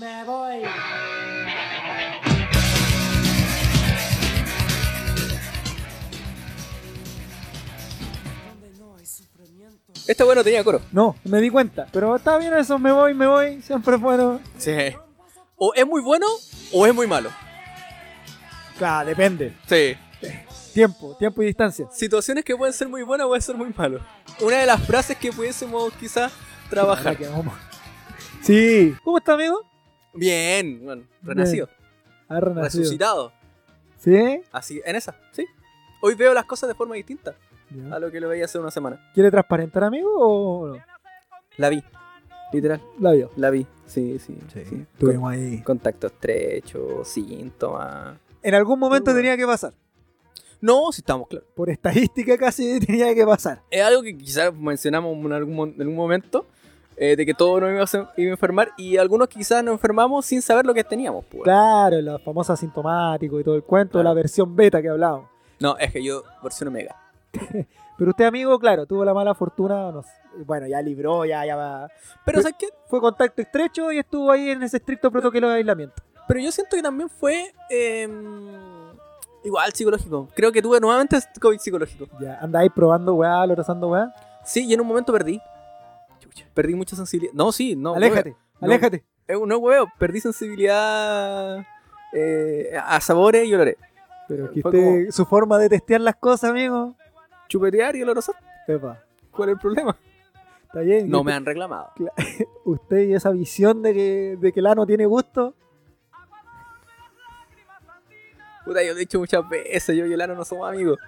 me voy. Este bueno tenía coro. No, me di cuenta. Pero está bien eso, me voy, me voy. Siempre es bueno. Sí. O es muy bueno o es muy malo. Claro, depende. Sí. Tiempo, tiempo y distancia. Situaciones que pueden ser muy buenas o pueden ser muy malas. Una de las frases que pudiésemos quizás trabajar. Ahora que vamos. Sí. ¿Cómo está, amigo? Bien, bueno, renacido, Ha renacido. resucitado. ¿Sí? Así, en esa, sí. Hoy veo las cosas de forma distinta Ya. a lo que lo veía hace una semana. ¿Quiere transparentar, amigo, o no? La vi, literal, La vio. la vi. Sí, sí, sí. Con- Estuvimos ahí. contacto estrecho, síntomas. En algún momento Bueno. tenía que pasar. No, si estamos claros. Por estadística casi tenía que pasar. Es algo que quizás mencionamos en algún, mo- en algún momento, eh, de que todos nos íbamos a, iba a enfermar y algunos quizás nos enfermamos sin saber lo que teníamos. pues. Claro, la famosa sintomático y todo el cuento, Claro. la versión beta que hablábamos. No, es que yo, versión omega. Pero usted, amigo, claro, tuvo la mala fortuna. no sé, bueno, ya libró, ya, ya va. Pero, Pe- ¿sabes qué? Fue contacto estrecho y estuvo ahí en ese estricto protocolo de aislamiento. Pero yo siento que también fue eh, igual psicológico. Creo que tuve nuevamente COVID psicológico. Ya, andáis probando weá, lotazando weá. Sí, y en un momento perdí. Perdí mucha sensibilidad. No, sí, no. aléjate, no. aléjate. hueveo. Eh, no, hueveo. Perdí sensibilidad eh, a sabores y olores. Eh, Pero que Fue usted- su forma de testear las cosas, amigo. Chupetear y olorosar. Epa, ¿Cuál es el problema? está bien. No usted, me han reclamado. usted y esa visión de que, de que el ano tiene gusto. Puta, yo lo he dicho muchas veces. Yo y el ano no somos amigos.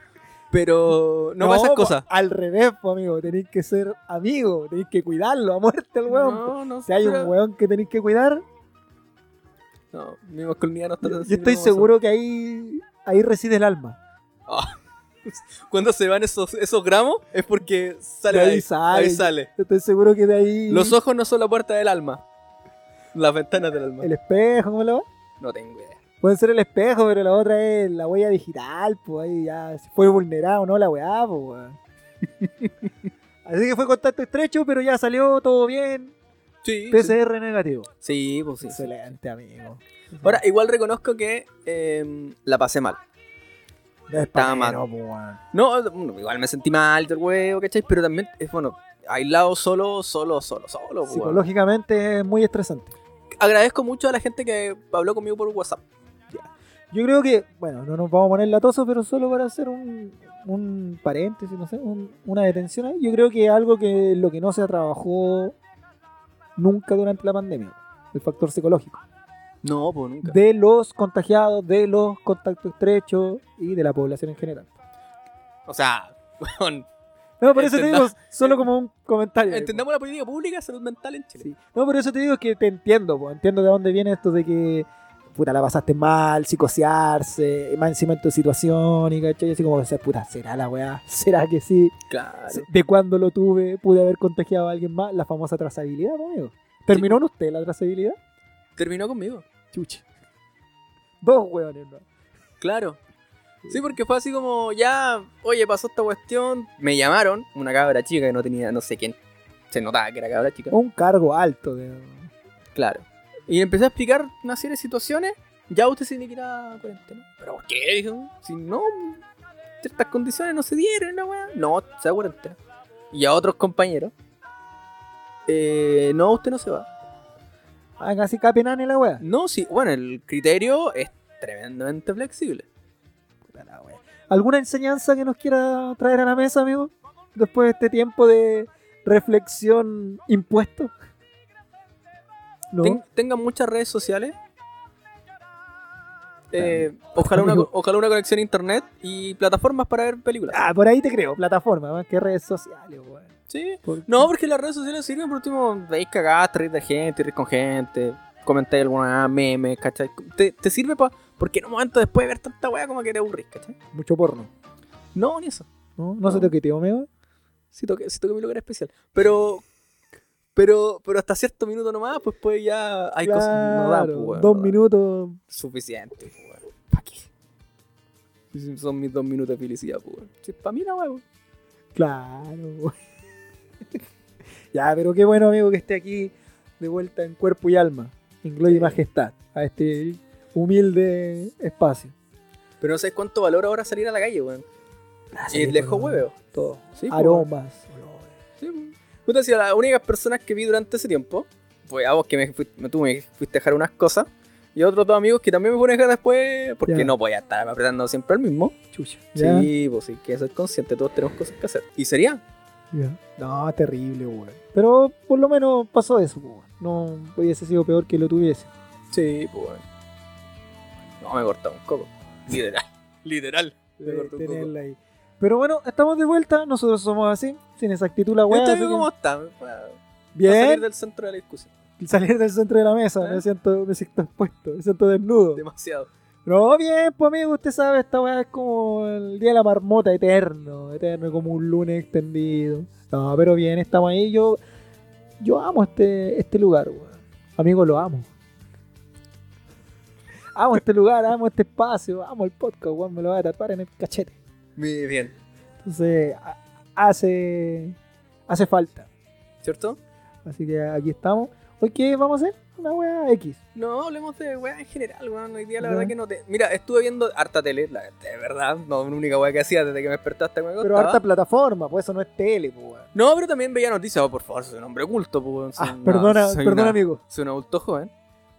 Pero no, pasa esas po, cosas. Al revés, po, amigo. Tenéis que ser amigo. Tenéis que cuidarlo a muerte al weón. po. no, no Si hay pero- un weón que tenéis que cuidar, No, mi masculinidad no está tan yo sensible estoy como eso. seguro que ahí, ahí reside el alma. Cuando se van esos, esos gramos es porque sale De de ahí ahí, ahí sale. sale. Yo estoy seguro que de ahí. Los ojos no son la puerta del alma. Las ventanas del alma. El espejo, ¿cómo lo va? No tengo idea. Pueden ser el espejo, pero la otra es la huella digital, pues ahí ya si fue vulnerado, ¿no? La weá, pues weón. Así que fue contacto estrecho, pero ya salió todo bien. Sí, sí, PCR negativo. sí, pues sí. Excelente, amigo. Ahora, igual reconozco que eh, la pasé mal. No es está pa' mal. menos, pues, weón. No, bueno, igual me sentí mal del huevo, ¿cachai? Pero también, es bueno, aislado solo, solo, solo, solo. pues, bueno. Psicológicamente es muy estresante. Agradezco mucho a la gente que habló conmigo por WhatsApp. Yo creo que, bueno, no nos vamos a poner latosos, pero solo para hacer un, un paréntesis, no sé, un- una detención ahí. Yo creo que es algo que lo que no se trabajó nunca durante la pandemia, el factor psicológico. No, pues nunca. De los contagiados, de los contactos estrechos y de la población en general. O sea, weón, No, por eso te digo, Entendamos- solo como un comentario. entendamos la política pública de salud mental en Chile. Sí. No, por eso te digo que te entiendo, po. entiendo de dónde viene esto de que puta la pasaste mal, psicosearse, más encima en tu situación y cachai, así como o sea, puta, será la weá, será que sí, Claro. de cuándo lo tuve, pude haber contagiado a alguien más, la famosa trazabilidad, po, amigo. ¿Terminó en usted la trazabilidad? Terminó conmigo. Chucha. Dos weones, ¿no? Claro. Sí, porque fue así como, ya, oye, pasó esta cuestión. Me llamaron, una cabra chica que no tenía, no sé quién. Se notaba que era cabra chica. Un cargo alto de. Claro. Y empecé a explicar una serie de situaciones. Ya usted se tiene que ir a cuarentena. ¿Pero por qué? Dijo. Si no, ciertas condiciones no se dieron, no, weá. No, se va a cuarentena. Y a otros compañeros. Eh, no, usted no se va. Ah, casi capenane la weá. No, sí. Bueno, el criterio es tremendamente flexible. Puta la wea. ¿Alguna enseñanza que nos quiera traer a la mesa, amigo? Después de este tiempo de reflexión impuesto. No, Ten- tengan muchas redes sociales. Eh, ojalá, una, Amigo. ojalá una conexión a internet y plataformas para ver películas. Ah, por ahí te creo, plataforma, más que redes sociales, weón. Sí. Por- No, porque las redes sociales sirven por último, veis cagadas, te reís de gente, reís con gente, comentáis alguna meme, ¿cachai? Te, te sirve para. Porque en un momento después de ver tanta wea como que te aburrís, ¿cachai? Mucho porno. No, ni eso. No, no se te quitó, amigo. Si toqué, si toqué mi lugar especial. Pero. Pero, pero hasta cierto minuto nomás, pues pues ya hay cosas no dan, Claro, pues, weón, dos no dan. minutos. Suficiente, pues, weón. ¿Para qué? Si Son mis dos minutos de felicidad, pues, weón. Si para mí no, weón. Claro, weón. Ya, pero qué bueno, amigo, que esté aquí de vuelta en cuerpo y alma. en gloria y majestad a este humilde espacio. Pero no sabes cuánto valor ahora salir a la calle, weón. Y Ah, Sí, lejos con huevos. Todo. Sí, pues, po, weón. Aromas. olores. Sí, po. Puta, si a las únicas personas que vi durante ese tiempo, fue a vos que me, fuiste, tú me fuiste a dejar unas cosas, y a otros dos amigos que también me fueron a dejar después, porque Ya. no podía estar apretando siempre al mismo. Chucha. Ya, Sí, pues sí, que ser consciente, todos tenemos cosas que hacer. Y sería, ya. No, terrible, weón. Pero por lo menos pasó eso, pues, weón. No hubiese sido peor que lo tuviese. Sí, pues bueno. No, me cortó un coco. Literal. Literal. Me de cortó un coco. tenerla ahí. Pero bueno, estamos de vuelta. Nosotros somos así, sin exactitud la weá. ¿Este así amigo que- cómo está? Para salir Bien, del centro de la discusión. salir del centro de la mesa. ¿Eh? Me siento, me siento expuesto, me siento desnudo. Demasiado. No, bien, pues amigo, usted sabe, esta weá es como el día de la marmota, eterno, eterno, como un lunes extendido. No, pero bien, estamos ahí. Yo, yo amo este, este lugar, weón. Amigo, lo amo. Amo este lugar, amo este espacio, amo el podcast, weón. Me lo voy a tatuar en el cachete. Muy bien. Entonces, ha- hace, hace falta. ¿Cierto? Así que aquí estamos. Hoy, ¿qué vamos a hacer? Una weá X. No, hablemos de weá en general, weón. Hoy día la Ya. verdad que no te. Mira, estuve viendo harta tele, la de verdad. No, la única weá que hacía desde que me despertaste me Pero acostaba. harta plataforma, pues eso no es tele, pues, weón. No, pero también veía noticias. Oh, por favor, soy un hombre oculto, pues. weón. Soy Ah, una- perdona, soy perdona, una- amigo. Soy un adulto joven.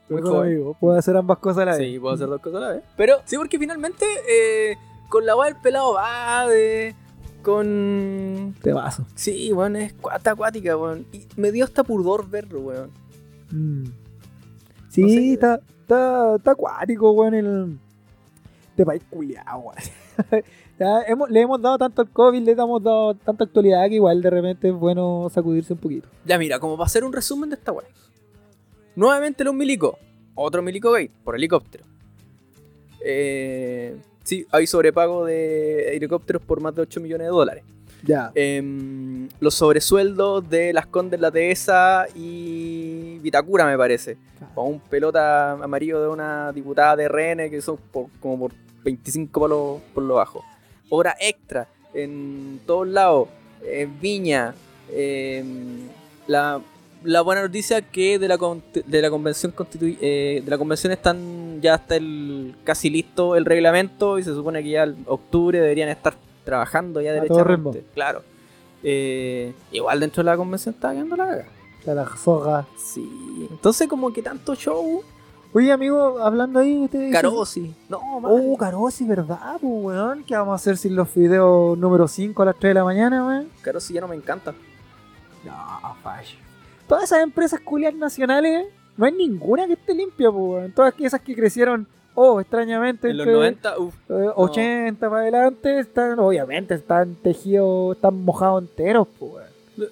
Muy Perdona, joven. amigo. Puedo hacer ambas cosas a la vez. Sí, puedo hacer dos cosas a la vez. Pero sí, porque finalmente eh, con la weá del pelado va de. Con. Mm, Te vaso. Sí, weón, es cuata acuática, weón. Y me dio hasta pudor verlo, weón. Mm. Sí, No sé. eh. está, está, está acuático, weón, el. Te país culiao, weón. Ya hemos- le hemos dado tanto al COVID, le hemos dado tanta actualidad que igual de repente es bueno sacudirse un poquito. Ya mira, como para hacer un resumen de esta weá. Nuevamente los milicos. Otro milico gay, por helicóptero. Eh, sí, hay sobrepago de helicópteros por más de 8 millones de dólares. Ya. Em, los sobresueldos de Las Condes, La Dehesa y Vitacura, me parece. Para un pelota amarillo de una diputada de RN que son por- como por 25 palos por lo bajo. Hora extra en todos lados. En Viña. em, la, la buena noticia que de la, con- de la convención constitu- eh, de la convención están ya está el casi listo el reglamento y se supone que ya en octubre deberían estar trabajando ya A todo derechamente. Claro. Eh, igual dentro de la convención está quedando la caga. Está la soga. Sí. Entonces como que tanto show Oye, amigo, hablando ahí, usted. dice- Carosi. No, Oh, Carosi, ¿verdad, po, weón? ¿Qué vamos a hacer sin los videos número 5 a las 3 de la mañana, weón? Carosi ya no me encanta. No, fallo. Todas esas empresas culias nacionales, no hay ninguna que esté limpia, po, weón. Todas esas que crecieron, oh, extrañamente, En los entre, 90, uff. eh, 80 para adelante, están, obviamente, están tejidos, están mojados enteros, po, weón.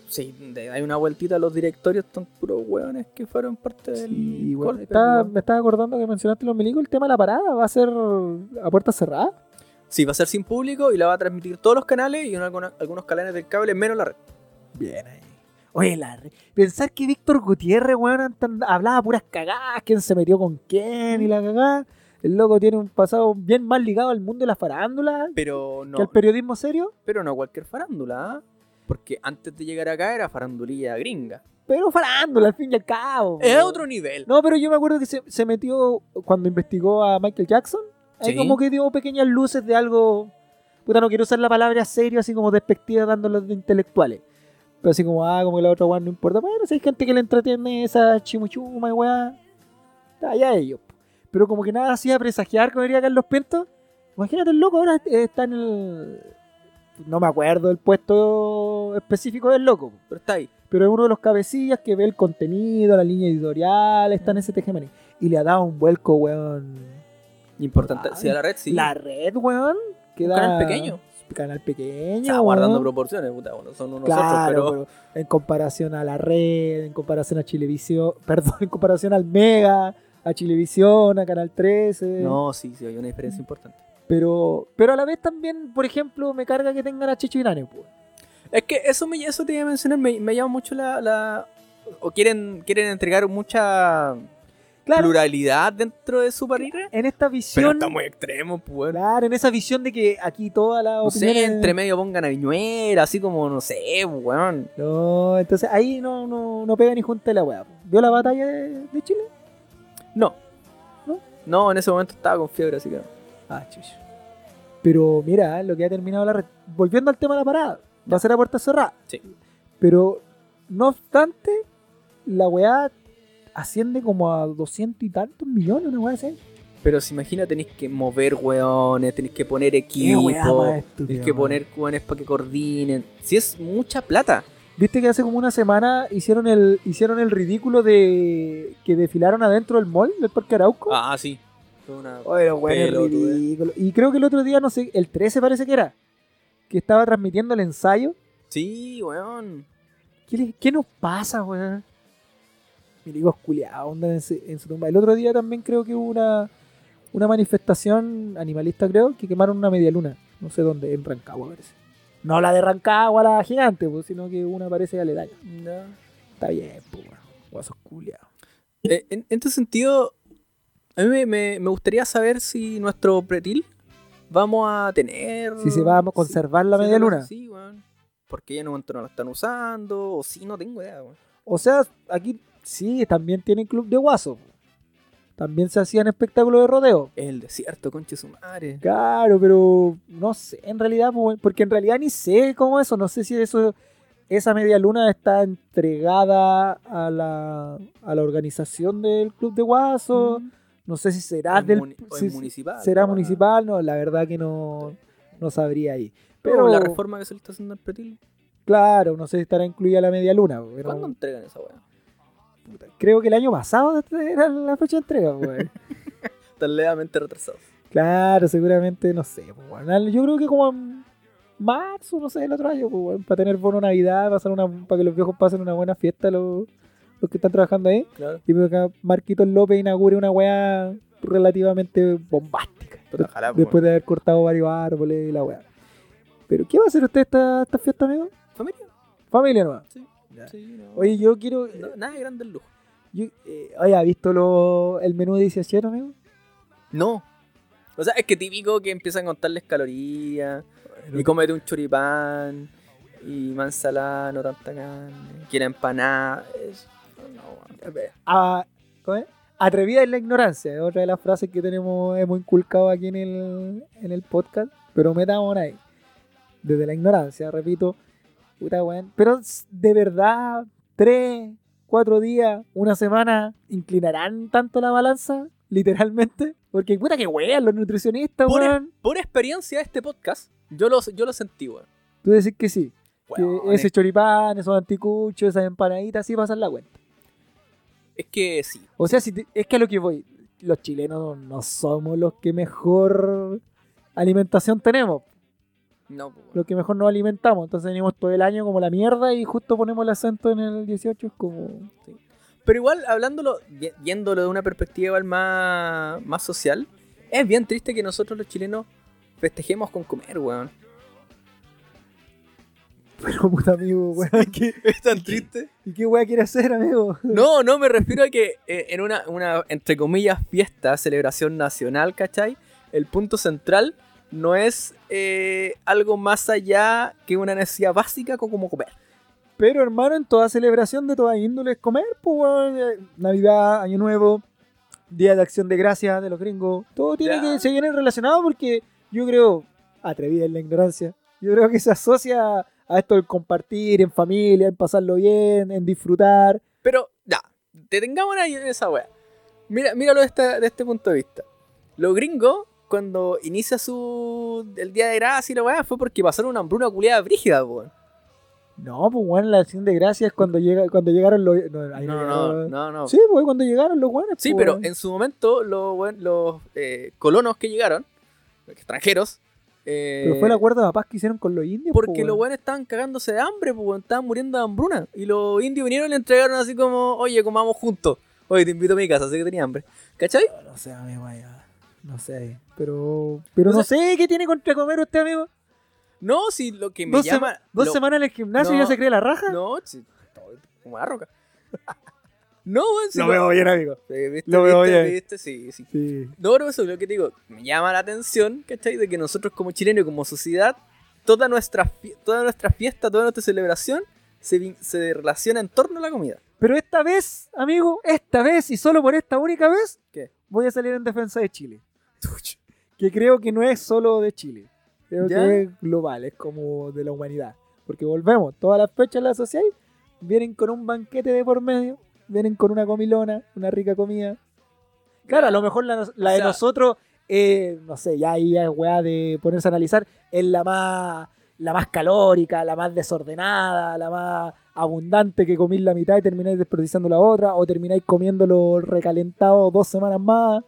Sí, de- hay una vueltita a los directorios, están puros hueones que fueron parte del. Sí, weón. golpe, Estaba- weón. me estaba acordando que mencionaste los milicos, el tema de la parada, ¿va a ser a puerta cerrada? Sí, va a ser sin público y la va a transmitir todos los canales y en alguna- algunos canales del cable, menos la red. Bien ahí. Oye, la re- pensar que Víctor Gutiérrez, weón, andan- hablaba puras cagadas, quién se metió con quién y la cagada. El loco tiene un pasado bien más ligado al mundo de la farándula Pero no, que al periodismo serio, pero no cualquier farándula, ¿ah? Porque antes de llegar acá era farandulilla gringa. pero farándula al fin y al cabo. Es weón. otro nivel. Oh, No, pero yo me acuerdo que se, se metió cuando investigó a Michael Jackson. Ahí Sí. como que dio pequeñas luces de algo. Puta, no quiero usar la palabra serio, así como despectiva, dándolos de intelectuales. Pero así como, ah, como que la otra weá no importa. Bueno, si hay gente que le entretiene esa chimuchuma y weá. Allá ellos. po. Pero como que nada hacía presagiar, como diría Carlos Pinto. Imagínate el loco, ahora eh, está en el. No me acuerdo el puesto específico del loco. po Pero está ahí. pero es uno de los cabecillas que ve el contenido, la línea editorial, está en Mm. ese tejemaní. Y le ha dado un vuelco, weón. Importante. Ah, Sí, a la red, sí. La red, weón. Que Un da- canal pequeño. Canal pequeño. Está guardando weón. proporciones, puta. Bueno, son unos otros, Claro, pero. pero en comparación a la red, en comparación a Chilevisión, perdón, en comparación al Mega, a Chilevisión, a Canal 13. No, sí, sí, hay una diferencia importante. Pero, pero a la vez también, por ejemplo, me carga que tengan a Checho Irane, pues. Es que eso, me, eso te iba a mencionar, me, me llama mucho la... la- o quieren, quieren entregar mucha Claro, pluralidad dentro de su parrilla. en esta Pero visión. está muy extremo, pues. weón. Claro, en esa visión de que aquí toda la No opinión sé, entre medio pongan a Viñuela, así como, no sé, pues, weón. No, entonces ahí no, no, no pega ni junta la weá. po. ¿Vio la batalla de, de Chile? No. no. No, en ese momento estaba con fiebre, así que. no. Ah, chucho. Pero mira, eh, lo que ha terminado la red. Volviendo al tema de la parada, va a ser a puerta cerrada. Sí. Pero, no obstante, la weá asciende como a 200 y tantos millones, una weá así. Pero se imagina, tenéis que mover weones, tenéis que poner Qué weá equipo, más estúpida, tenéis que weón. poner weones para que coordinen. Si es mucha plata. Viste que hace como una semana hicieron el hicieron el ridículo de que desfilaron adentro del mall del Parque Arauco. Ah, sí. Fue una- Oye, los weones Pelotude. ridículos. Y creo que el otro día, no sé, el 13 parece que era, que estaba transmitiendo el ensayo. Sí, weón. ¿Qué, le- qué nos pasa, weón? Mi digo, culiados, onda en, su- en su tumba. El otro día también creo que hubo una, una manifestación animalista, creo, que quemaron una media luna. No sé dónde, en Rancagua parece. No la de Rancagua, la gigante, pues, sino que una parece aledaña. Está bien, pues, weón. Guasos culiados. Eh, en, en este sentido, a mí me, me- me gustaría saber si nuestro pretil vamos a tener. Si se va a conservar la si media no lo- luna. Sí, weón. Porque ya en un momento no la están usando, o si no tengo idea, weón. O sea, aquí sí, también tienen club de guasos. También se hacían espectáculos de rodeo. Es el desierto, conche su madre. Claro, pero no sé, en realidad, po, porque en realidad ni sé cómo eso, no sé si eso, esa media luna está entregada a la, a la organización del Club de Guaso, no sé si será O es del, muni- o es si- municipal. será la weá. municipal, no, la verdad que no, no sabría ahí. Pero Pero la reforma que se le está haciendo al pretil, claro, no sé si estará incluida la media luna. po, pero- ¿cuándo entregan esa weá? creo que el año pasado era la fecha de entrega, po, weón. Están levemente retrasados. Claro, seguramente, no sé. pues, weón. Al- Yo creo que como en marzo, no sé, el otro año, pues, weón, para tener bono Navidad, pasar una, para que los viejos pasen una buena fiesta, los, los que están trabajando ahí. Claro. Y para que Marquitos López inaugure una weá relativamente bombástica. Puta, ojalá, pues, después de haber cortado varios árboles y la weá. Pero, ¿qué va a hacer usted esta, esta fiesta, amigo? Familia. Familia nueva. Sí. Ya. Sí, no. Oye, yo quiero. No, nada de grande el lujo. yo- eh, oye, ¿ha visto lo- el menú de 18, amigo? No. O sea, es que típico que empiezan a contarles calorías. Y cómete un choripán. Y mansalada, no tanta carne. Quiere empanada. es- no, weón. a- ¿cómo es? Atrevida es la ignorancia, es otra de las frases que tenemos, hemos inculcado aquí en el, en el podcast, pero metamos ahí. Desde la ignorancia, repito, puta weón. Pero s- de verdad, tres, cuatro días, una semana, inclinarán tanto la balanza, literalmente. Porque puta que weón, los nutricionistas, Pura- weón. Por experiencia de este podcast, yo lo, yo lo sentí, weón. Tú decís que sí, que Weón, ese es, choripán, esos anticuchos, esas empanaditas, sí pasan la cuenta. es que sí. O sea, si te- es que a lo que voy, los chilenos no somos los que mejor alimentación tenemos, No, pues, weón. los que mejor nos alimentamos. Entonces venimos todo el año como la mierda y justo ponemos el acento en el 18, es como... Pero igual, hablándolo, vi- viéndolo de una perspectiva igual más, más social, es bien triste que nosotros los chilenos festejemos con comer, weón. Pero puta amigo, weón, ¿qué- Es tan triste. ¿y qué weá quiere hacer, amigo? No, no, me refiero a que eh, en una, una, entre comillas, fiesta, celebración nacional, ¿cachai? El punto central no es eh, algo más allá que una necesidad básica co- como comer. Pero hermano, en toda celebración de toda índole es comer, pues weón, eh, Navidad, Año Nuevo, Día de Acción de Gracias de los gringos, todo tiene Ya. que seguir relacionado porque yo creo, atrevida en la ignorancia, yo creo que se asocia a esto del compartir en familia, en pasarlo bien, en disfrutar. Pero, ya, detengámonos ahí en esa wea. Mira, míralo de este, de este punto de vista. Los gringos, cuando inicia su. el día de gracia y la wea, fue porque pasaron una hambruna culiada brígida, weón. No, pues weón, la Acción de Gracias cuando llega, cuando llegaron los... No, ahí No, no, llegaron. no, no. Sí, pues cuando llegaron los weones. Sí, pues, pero weón. en su momento los, buen- los eh, colonos que llegaron, los extranjeros, eh, Pero fue el acuerdo de paz que hicieron con los indios. pues, porque weón. los buenos estaban cagándose de hambre, pues, weón, estaban muriendo de hambruna. Y los indios vinieron y le entregaron así como, oye, comamos juntos. Oye, te invito a mi casa, sé que tenía hambre. ¿Cachai? No sé, amigo, ya. No sé. Pero, pero No no, sé qué tiene contra comer usted, amigo. No, si lo que me Dos, llama... sema- dos lo- semanas en el gimnasio y No. ya se cree la raja. No, si, como la roca. No, weón, si bien, amigo. Eh, ¿viste, lo veo viste, bien. viste? Sí, sí. Sí. No, pero eso es lo que te digo. Me llama la atención, ¿cachai? De que nosotros como chilenos y como sociedad, toda nuestra, fie- toda nuestra fiesta, toda nuestra celebración se, vin- se relaciona en torno a la comida. Pero esta vez, amigo, esta vez y solo por esta única vez, ¿Qué? voy a salir en defensa de Chile. Que creo que no es solo de Chile. Creo ¿Ya? que es global, es como de la humanidad. Porque volvemos, todas las fechas las asociáis, vienen con un banquete de por medio, vienen con una comilona, una rica comida. Claro, a lo mejor la, la O de sea- nosotros, eh, no sé, ya ahí es weá de ponerse a analizar, es la más, la más calórica, la más desordenada, la más abundante que comís la mitad y termináis desperdiciando la otra, o termináis comiéndolo recalentado dos semanas más.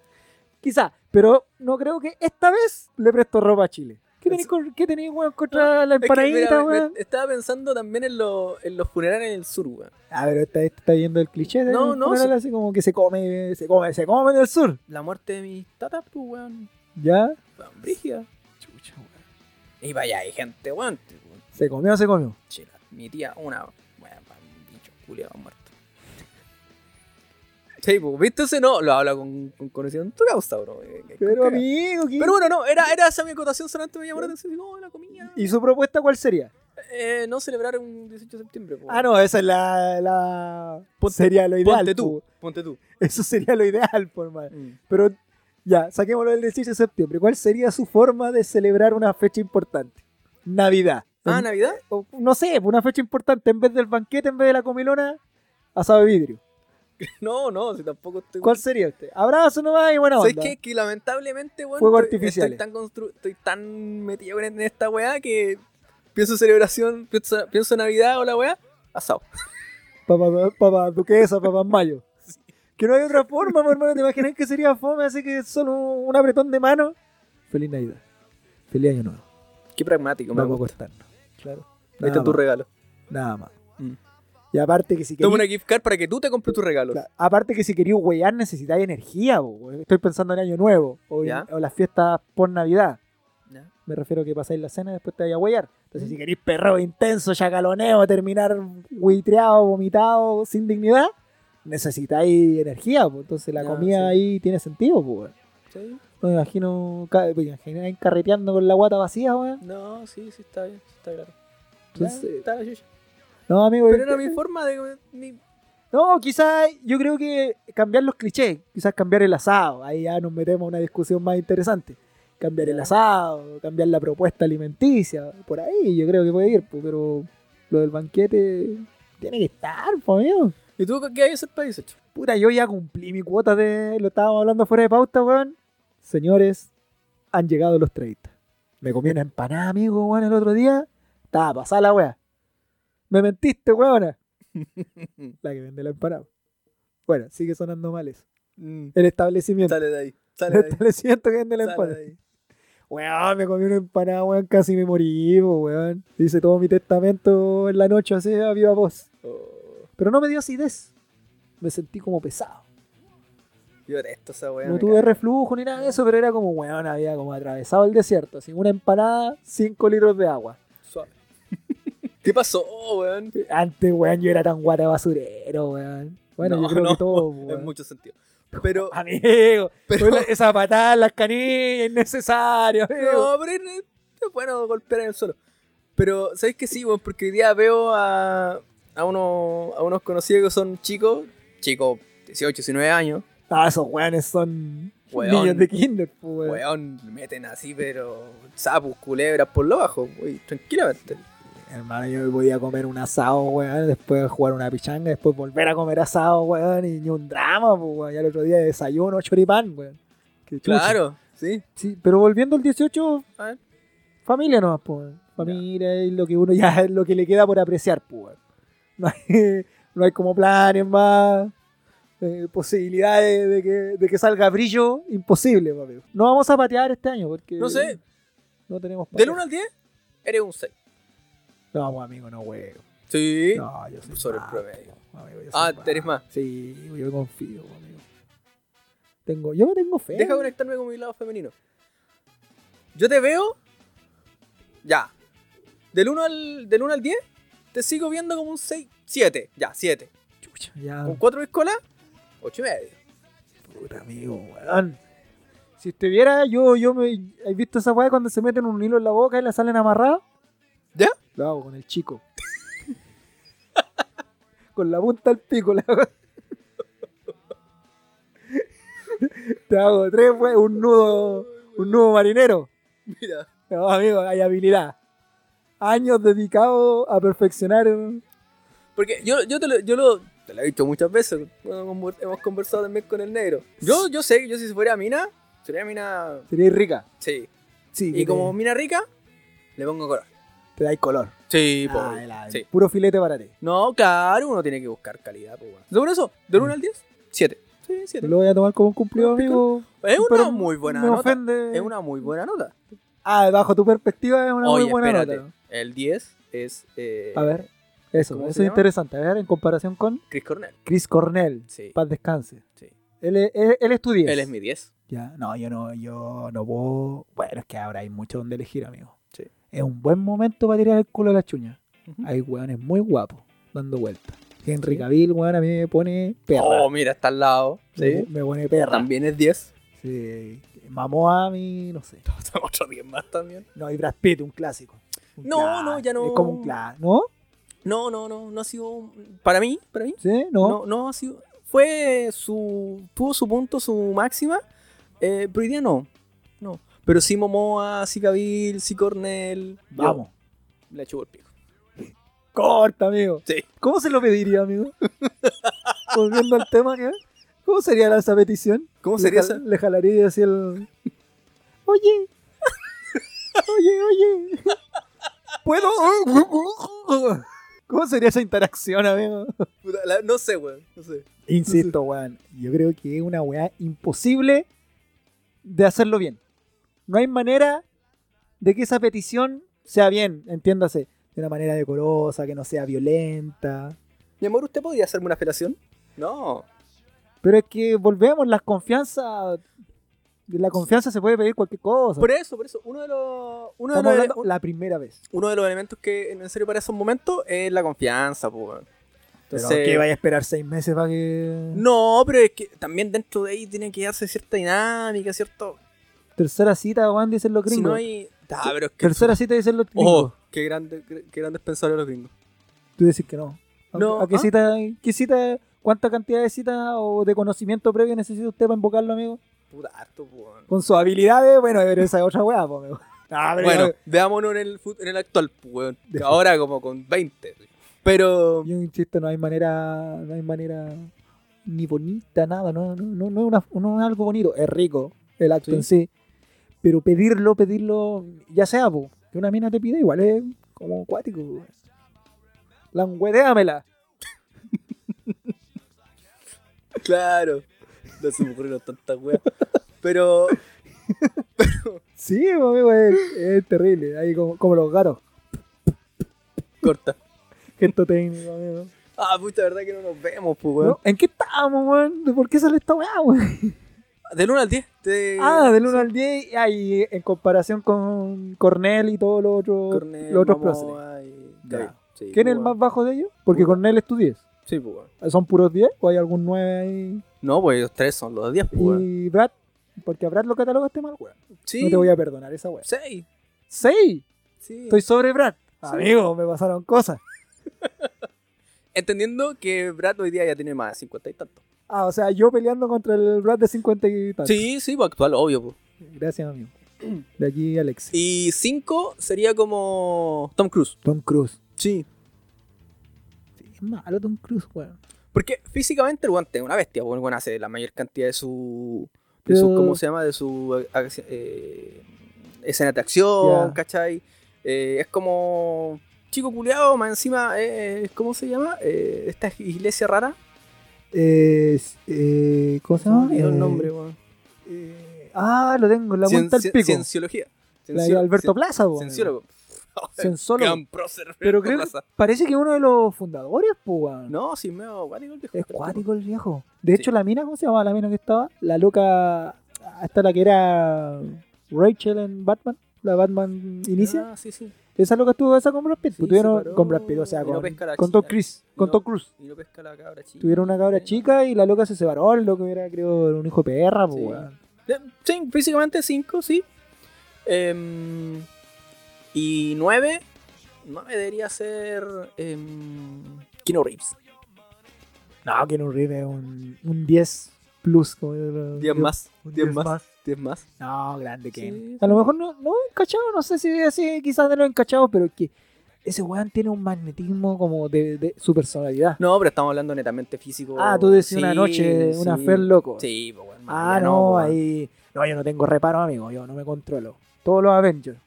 Quizá, pero no creo que esta vez le presto ropa a Chile. ¿Qué tenéis, Es- con- qué tenéis, weón, contra la Es que, mira, empanadita, me- me- weón? estaba pensando también en, lo- en los funerales en el sur, weón. Ah, pero esta vez te está yendo el cliché de No, no, sí. así como que se come, se come, se come en el sur. La muerte de mis tatas, pues, weón. ¿Ya? Weón, brígida. Chucha, weón. Y vaya, hay gente, weón. weón. ¿Se comió se comió? Che, la- mi tía, una, weón, pa- un bicho culiado muerto. Sí, pues, ¿viste? Entonces no, lo habla con, con conocimiento de causa, bro. Eh, eh, Pero con caga. amigo, ¿qué- Pero bueno, no, era, era esa mi acotación, solamente me llamó la atención. digo, oh, la comida. ¿y su propuesta cuál sería? Eh, no celebrar un 18 de septiembre, pues. Ah, no, esa es la... la... Ponte- sería lo ideal. Ponte tú, po. Mm. ponte tú. Eso sería lo ideal, por mal. Pero ya, saquémoslo del 18 de septiembre. ¿Cuál sería su forma de celebrar una fecha importante? Navidad. Ah, En- ¿Navidad? o- no sé, pues, una fecha importante. En vez del banquete, en vez de la comilona, asado de vidrio. No, no, si tampoco estoy... ¿Cuál sería usted? Abrazo nomás y buena ¿Sabes onda. qué? Que lamentablemente, weón. Fuegos estoy- artificiales. Estoy tan, constru- estoy tan metido en en esta weá que pienso en celebración, pienso, pienso en Navidad o la weá, asado. Papá, papá duquesa, papá mayo. Que no hay otra forma, po, hermano. ¿Te imaginas que sería fome? Así que solo un apretón de mano. Feliz Navidad. Feliz Año Nuevo. Qué pragmático, me Vamos a gusta. cortarnos. Claro. Ahí está Nada tu más, regalo. Nada más. Mm. Y aparte que si Toma queréis una gift card para que tú te compres tu regalo. Claro, Aparte que si quería huear necesitáis energía, po, weón. estoy pensando en Año Nuevo o, en- Ya. o las fiestas por Navidad. Ya. Me refiero a que pasáis la cena y después te vais a huear. Entonces, Ujú. si queréis perro intenso, chacaloneo, terminar buitreado, vomitado, sin dignidad, necesitáis energía. po. Entonces, la Ya, comida sí. ahí tiene sentido. po, weón. ¿Sí? No me imagino, ca- me imagino ahí carreteando con la guata vacía. weón. No, sí, sí, está bien, sí, está claro. Entonces- pues, eh, Ya, está la chucha. No, amigo, Pero yo- era mi forma de. mi- No, quizás yo creo que cambiar los clichés, quizás cambiar el asado, ahí ya nos metemos a una discusión más interesante. Cambiar el Ya. asado, cambiar la propuesta alimenticia, por ahí yo creo que puede ir, po, pero lo del banquete tiene que estar, po, amigo. ¿Y tú qué hay hacer para 18? Puta, yo ya cumplí mi cuota de. Lo estábamos hablando fuera de pauta, weón. Señores, han llegado los 30. Me comí una empanada, amigo, weón, el otro día. Estaba pasada la weá. Me mentiste, weón. La que vende la empanada. Bueno, sigue sonando mal eso. Mm, El establecimiento. Sale de ahí, El sale de ahí. establecimiento que vende la Sale empanada. de ahí. Weón, me comí una empanada, weón, casi me morí, po, weón. Hice todo mi testamento en la noche, así a viva voz. Oh, Pero no me dio acidez. Me sentí como pesado. yo detesto esa weá. No me tuve cago. reflujo ni nada de eso, pero era como, weón, había como atravesado el desierto. Así, una empanada, 5 litros de agua. Suave. ¿Qué pasó, weón? Antes, weón, yo era tan guata basurero, weón. Bueno, No, yo creo no, que todo, En weón. muchos sentidos. Pero. Amigo, Pero- fue la- esa patada en las canillas, innecesario, amigo. No, pero es, es bueno golpear en el suelo. Pero, ¿sabes qué sí, weón? Porque hoy día veo a, a, uno- a unos conocidos que son chicos, chicos, 18, 19 años, Ah, esos weones son Weón. niños de kinder, po, weón. weón, meten así, pero sapos, culebras por lo bajo, wey, tranquilamente. Hermano, yo me podía comer un asado, weón, después jugar una pichanga, después volver a comer asado, weón, y ni un drama, po, weón. Ya el otro día desayuno, choripán, weón. Qué chucha. Claro, sí. Sí, pero volviendo al 18, A ver. familia nomás, po, weón. Familia es lo que uno ya es lo que le queda por apreciar, po, weón. No hay, no hay como planes más, eh, posibilidades de que, de que salga brillo, imposible, papi. No vamos a patear este año porque No sé, no tenemos del patear. 1 al 10, eres un 6. No, pues, amigo, no, weón. Sí. No, yo soy Sobre el más, promedio. po, amigo, yo soy ah, tenés más. Sí, yo confío, po, amigo. Tengo, yo me tengo fe. Deja conectarme con mi lado femenino. Yo te veo. Ya. Del 1 al, del 1 al 10, te sigo viendo como un 6. 7, ya, 7. Chucha, ya, Con 4 piscolas, 8 y medio. puta, amigo, weón. Si usted viera, yo, yo me. ¿Has visto esa weá cuando se meten un hilo en la boca y la salen amarrada? ¿Ya? Lo hago con el chico. con la punta al pico. la wea. Te hago tres, wea, un nudo, un nudo marinero. Mira. No, amigo, hay habilidad. Años dedicados a perfeccionar. un- Porque yo, yo, te, lo, yo lo, te lo he dicho muchas veces. bueno, como hemos conversado también con el negro. Yo, yo sé que yo si fuera mina, sería mina. Sería rica. Sí. Sí, que Y te- como mina rica, le pongo color. te dais color. Sí, Ah, pues. la- sí. Puro filete para ti. No, claro, uno tiene que buscar calidad, pues, weón. Según eso, del 1 al 10, 7. Sí, 7. Te Mm. lo voy a tomar como un cumplido, amigo. Es una pero muy buena me nota. ofende. Es una muy buena nota. Ah, bajo tu perspectiva es una Oye, muy buena espérate. nota. El 10 es eh, A ver, eso, ¿cómo eso se es llama? interesante. A ver, en comparación con Chris Cornell. Chris Cornell, Sí. paz descanse. Sí. Él, es- él, él es tu 10. Él es mi 10. Ya, no, yo no, yo no puedo. Bueno, es que ahora hay mucho donde elegir, amigo. Sí. ¿Mm? Es un buen momento para tirar el culo a las chuñas. Ujú. Hay hueones muy guapos dando vueltas. Henry Cavill, weón, a mí me pone perra. Oh, mira, está al lado. Me- Sí. Me pone perra. También es 10. Sí. Mamó a mí, no sé. Otro 10 más también. No, y Brad Pitt, un clásico. Un No, clásico. no, ya no. Es como un clásico. ¿No? No, no, no, no ha sido. un- Para mí, para mí, ¿Sí? No. no, no ha sido. Fue su. Tuvo su punto, su máxima. eh, pero hoy día no. No. Pero sí Momoa, sí Cavill, sí Cornell. Yo Vamos. Le chupo el pico. Corta, amigo. Sí. ¿Cómo se lo pediría, amigo? Volviendo al tema, ¿qué? ¿Cómo sería la- esa petición? ¿Cómo Le sería esa? jal- Le jalaría así el... Oye. oye, oye. ¿Puedo? ¿Cómo sería esa interacción, amigo? Puta, la- no sé, weón. No sé. Insisto, weón. Yo creo que es una weá imposible de hacerlo bien. No hay manera de que esa petición sea bien, entiéndase. De una manera decorosa, que no sea violenta. Mi amor, ¿usted podría hacerme una felación? No. Pero es que volvemos, las confianzas. De la confianza se puede pedir cualquier cosa. Por eso, por eso. Uno de los. Uno de Estamos los, hablando un- la primera vez. uno de los elementos que en serio para esos momentos es la confianza, po, weón. Pero Entonces- que vaya a esperar seis meses para que. No, pero es que también dentro de ahí tiene que darse cierta dinámica, cierto. Tercera cita, weón, dicen los Si no gringos. hay. Ah, pero es que. Tercera cita, dicen los gringos. Oh, qué, grande, qué, qué grandes pensadores los gringos. Tú decís que no. ¿A, No, a qué ¿ah? cita, qué cita, cuánta cantidad de citas o de conocimiento previo necesita usted para invocarlo, amigo? Puta harto, po, weón. Con sus habilidades, bueno, pero esa es otra weá, po, amigo. Ah, pero Bueno, veámonos en el, fut- en el actual, po, weón. Que Deja. Ahora como con 20. sí. Pero. yo, yo insisto, no hay manera, no hay manera ni bonita, nada, no, no, no, no es, una- no es algo bonito, es rico el acto Sí. en sí. Pero pedirlo, pedirlo, ya sea, po, que una mina te pida igual es como acuático. po. Languedéamela. Claro. No se me ocurrieron tantas weas. Pero. Sí, po, amigo, es, es terrible. Ahí como, como los gatos. Corta. Gesto técnico, amigo. Ah, puta, verdad que no nos vemos, pues, weón. No, ¿En qué estábamos, weón? ¿De ¿Por qué sale esta weá, weón? Del 1 al 10. te- Ah, del 1 al 10, ahí en comparación con Cornell y todos los otros Cornel, los otros próceres. Momoa y Ya. Gaby. Sí, ¿Quién es pues, el más weón. bajo de ellos? Porque Cornell es tu 10. Sí, pues, weón. ¿Son puros 10 o hay algún 9 ahí? No, pues los tres son los 10, pues, weón. Y Brad, porque a Brad lo catalogaste mal, weón. Sí. No te voy a perdonar esa weá. 6. ¡Sí! Sí. Estoy sobre Brad. Sí. Amigo, me pasaron cosas. Entendiendo que Brad hoy día ya tiene más de 50 y tanto. Ah, o sea, yo peleando contra el Brad de 50 y tantos. Sí, sí, pues actual, obvio, pues. Gracias, amigo. De aquí, Alex. Y 5 sería como Tom Cruise. Tom Cruise. Sí. Sí, es malo Tom Cruise, weón. Porque físicamente el guante es una bestia, pues, el weón hace la mayor cantidad de su. De su Pero- ¿Cómo se llama? De su. ac- eh, escena de acción, Ya. ¿cachai? Eh, es como. Chico culeado, más encima. eh, ¿Cómo se llama? Eh, esta iglesia rara. Eh, s- eh, ¿Cómo se Se me llama? olvidó Eh, el nombre, weón. eh, ah, lo tengo, la Cien- punta al cien- pico. Cienciología. la de Ciencio- Alberto cien- Plaza, po. Cienciólogo. Cienzólogo. Gran prócer, Pero Alberto creo que Plaza. parece que uno de los fundadores, po, weón. No, sí, medio cuático el viejo. Es pero- cuático el viejo. De Sí. hecho, la mina, ¿cómo se llamaba la mina que estaba? La loca, hasta la que era Rachel en Batman, la Batman Inicia. Ah, sí, sí. Esa loca estuvo esa con Brad Pitt. Sí, pues tuvieron- se paró con Brad Pitt, o y sea, no con, pesca la con chica. Tom Cruise. Y Con no- Tom Cruise. Y no pesca la cabra chica. Tuvieron una cabra Sí, no. chica y la loca se separó, el loco era, creo, un hijo de perra, po, Sí. weón. Eh, Sí, físicamente 5, sí. Em, y 9. 9 debería ser. em, Keanu Reeves. No, que un Reeves es un, un 10 plus. Como yo lo- 10 yo- más, un 10 más, 10 más. No, grande Sí, Ken. sí. A lo mejor no, no encachado, no sé si así, quizás de los encachados, pero es que ese weón tiene un magnetismo como de, de su personalidad. No, pero estamos hablando netamente físico. Ah, tú decís una Sí, noche, una sí. fer loco. Sí, pues bueno. Ah, ya no, pues, bueno. ahí. No, yo no tengo reparo, amigo, yo no me controlo. Todos los Avengers,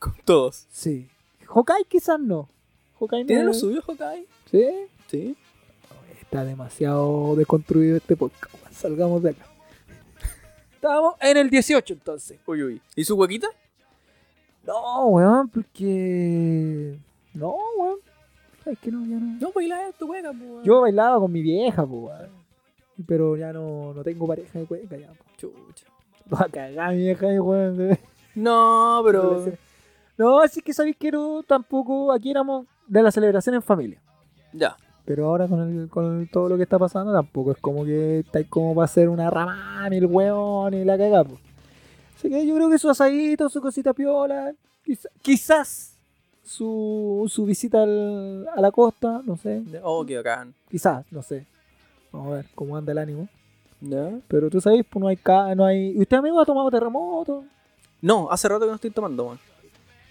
Con todos. sí. Hawkeye quizás no. Hawkeye no. ¿Tiene lo es- suyo, Hawkeye? Sí. Sí. Está demasiado desconstruido este podcast. weón. Salgamos de acá. Estábamos en el 18 entonces. Uy, uy. ¿Y su huequita? No, weón, porque. No, weón. Es que no, ya no. No, pues la es tu hueca, pues. bueno. Yo bailaba con mi vieja, po, weón. Pero ya no, no tengo pareja de cueca, ya, po. Chucha. Va a cagar mi vieja, eh, weón. No, pero. No, así que sabéis que no, tampoco. Aquí éramos de la celebración en familia. Ya. Pero ahora con, el- con todo lo que está pasando, tampoco es como que estáis como para hacer una ramada, ni el weón, ni la cagada, po. Así que yo creo que su asadito, su cosita piola, quizá- quizás su, su visita al- a la costa, no sé, Oh, qué bacán. quizás, no sé. Vamos a ver cómo anda el ánimo. ¿Ya? Pero tú sabes, pues no hay ca no hay. ¿Usted amigo ha tomado terremoto? No, hace rato que no estoy tomando, man.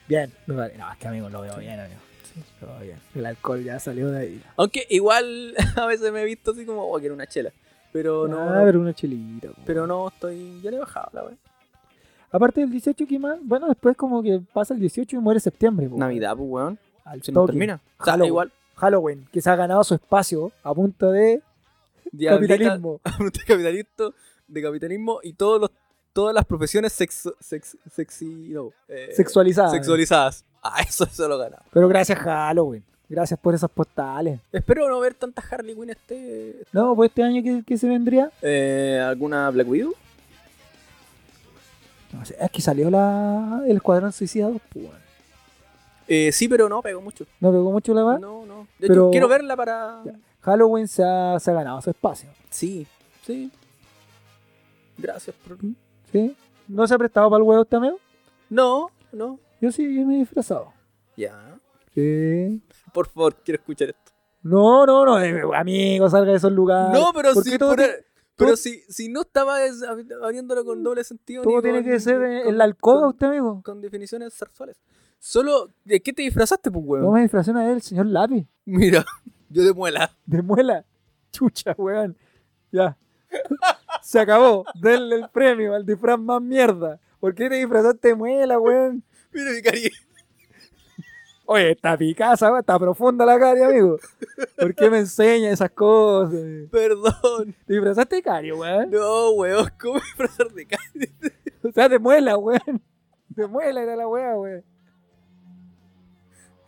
Bien, me parece. No, es que amigo lo veo bien, amigo. Sí, lo veo bien. El alcohol ya salió de ahí. Aunque igual a veces me he visto así como, oh, quiero una chela. Pero no, Ah, no, pero una chelita. po. pero no estoy. Ya le he bajado la wea. Aparte del 18, ¿qué más? Bueno, después como que pasa el 18 y muere septiembre. po. Navidad, pues weón. Al Se nos toque. termina. O sea, Halloween. igual. Halloween, que se ha ganado su espacio a punta de diablita- capitalismo. de capitalismo, de capitalismo y todos los, todas las profesiones sexo, sex, sexy, no, eh, Sexualizada. sexualizadas. Ah, eso, eso lo ganamos. Pero gracias, Halloween. Gracias por esas postales. Espero no ver tantas Harley Quinn este. No, pues este año que, que se vendría. Eh, ¿Alguna Black Widow? No sé, es que salió la, el Escuadrón Suicida 2, pues, bueno. Eh, sí, pero no, pegó mucho. No pegó mucho la va. No, no. De ¿Ah? Pero- hecho, quiero verla para. Ya. Halloween se ha, se ha ganado su espacio. Sí, sí. Gracias por. ¿sí? ¿No se ha prestado para el huevo este amigo? No, no. Yo sí, yo me he disfrazado. Ya. Sí. Por favor, quiero escuchar esto. No, no, no, eh, amigo, salga de esos lugares. no, pero Ah, ¿Por si. qué todo, por- ti- Pero todo- si, si no estaba es- abriéndolo con doble sentido. todo ni tiene con- que ser ni en, con- en la alcoba, con- usted, amigo. con definiciones sexuales. Solo, ¿de qué te disfrazaste, pues, weón? No me disfrazé una vez el señor Lápiz. Mira, yo de muela. De muela. Chucha, weón. Ya. Se acabó. Denle el premio al disfraz más mierda. ¿Por qué te disfrazaste de muela, weón? Mira mi cari. Oye, está picasa, weón, está profunda la cara, amigo. ¿Por qué me enseña esas cosas? Perdón. Te disfrazaste de cario, weón. No, weón, ¿cómo disfrazar de cari? O sea, de muela, weón. De muela era la weá, weón.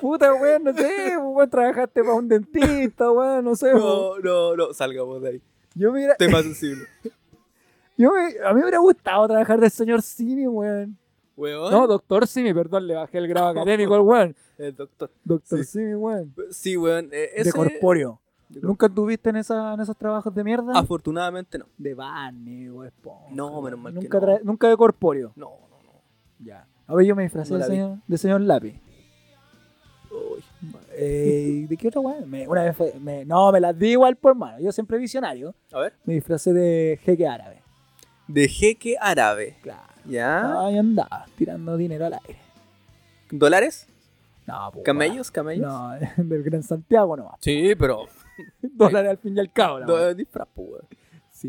Puta, weón, no sé, pues, weón, trabajaste para un dentista, weón, no sé, weón. No, no, no, salgamos de ahí. Yo me, hubiera- Tema sensible. yo me- a mí me hubiera gustado trabajar de señor Simi, weón. Weón, No, doctor Simi, perdón, le bajé el grado académico al weón. el doctor. Doctor Sí. Simi, weón. Sí, weón, eh, ese... De corpóreo. de corp- ¿Nunca tuviste en, esa- en esos trabajos de mierda? Afortunadamente no. de Barney, weón. No, menos mal que nunca, no. tra- nunca de corpóreo. No, no, no. Ya. A ver, yo me disfrazé No de, la vi. señor, de señor lápiz. Uy. Eh, ¿De qué otra weá? Me- Una vez fue. me- no, me las di igual por mano. Yo siempre visionario. A ver. Me disfracé de jeque árabe. De jeque árabe. Claro. ¿Ya? Ahí andaba, tirando dinero al aire. ¿Dólares? No, po, ¿Camellos? ¿Camellos? No, del Gran Santiago nomás. Sí, pero... Dólares al fin y al cabo, la weá. Do- Disfraz, pues, weón. Sí,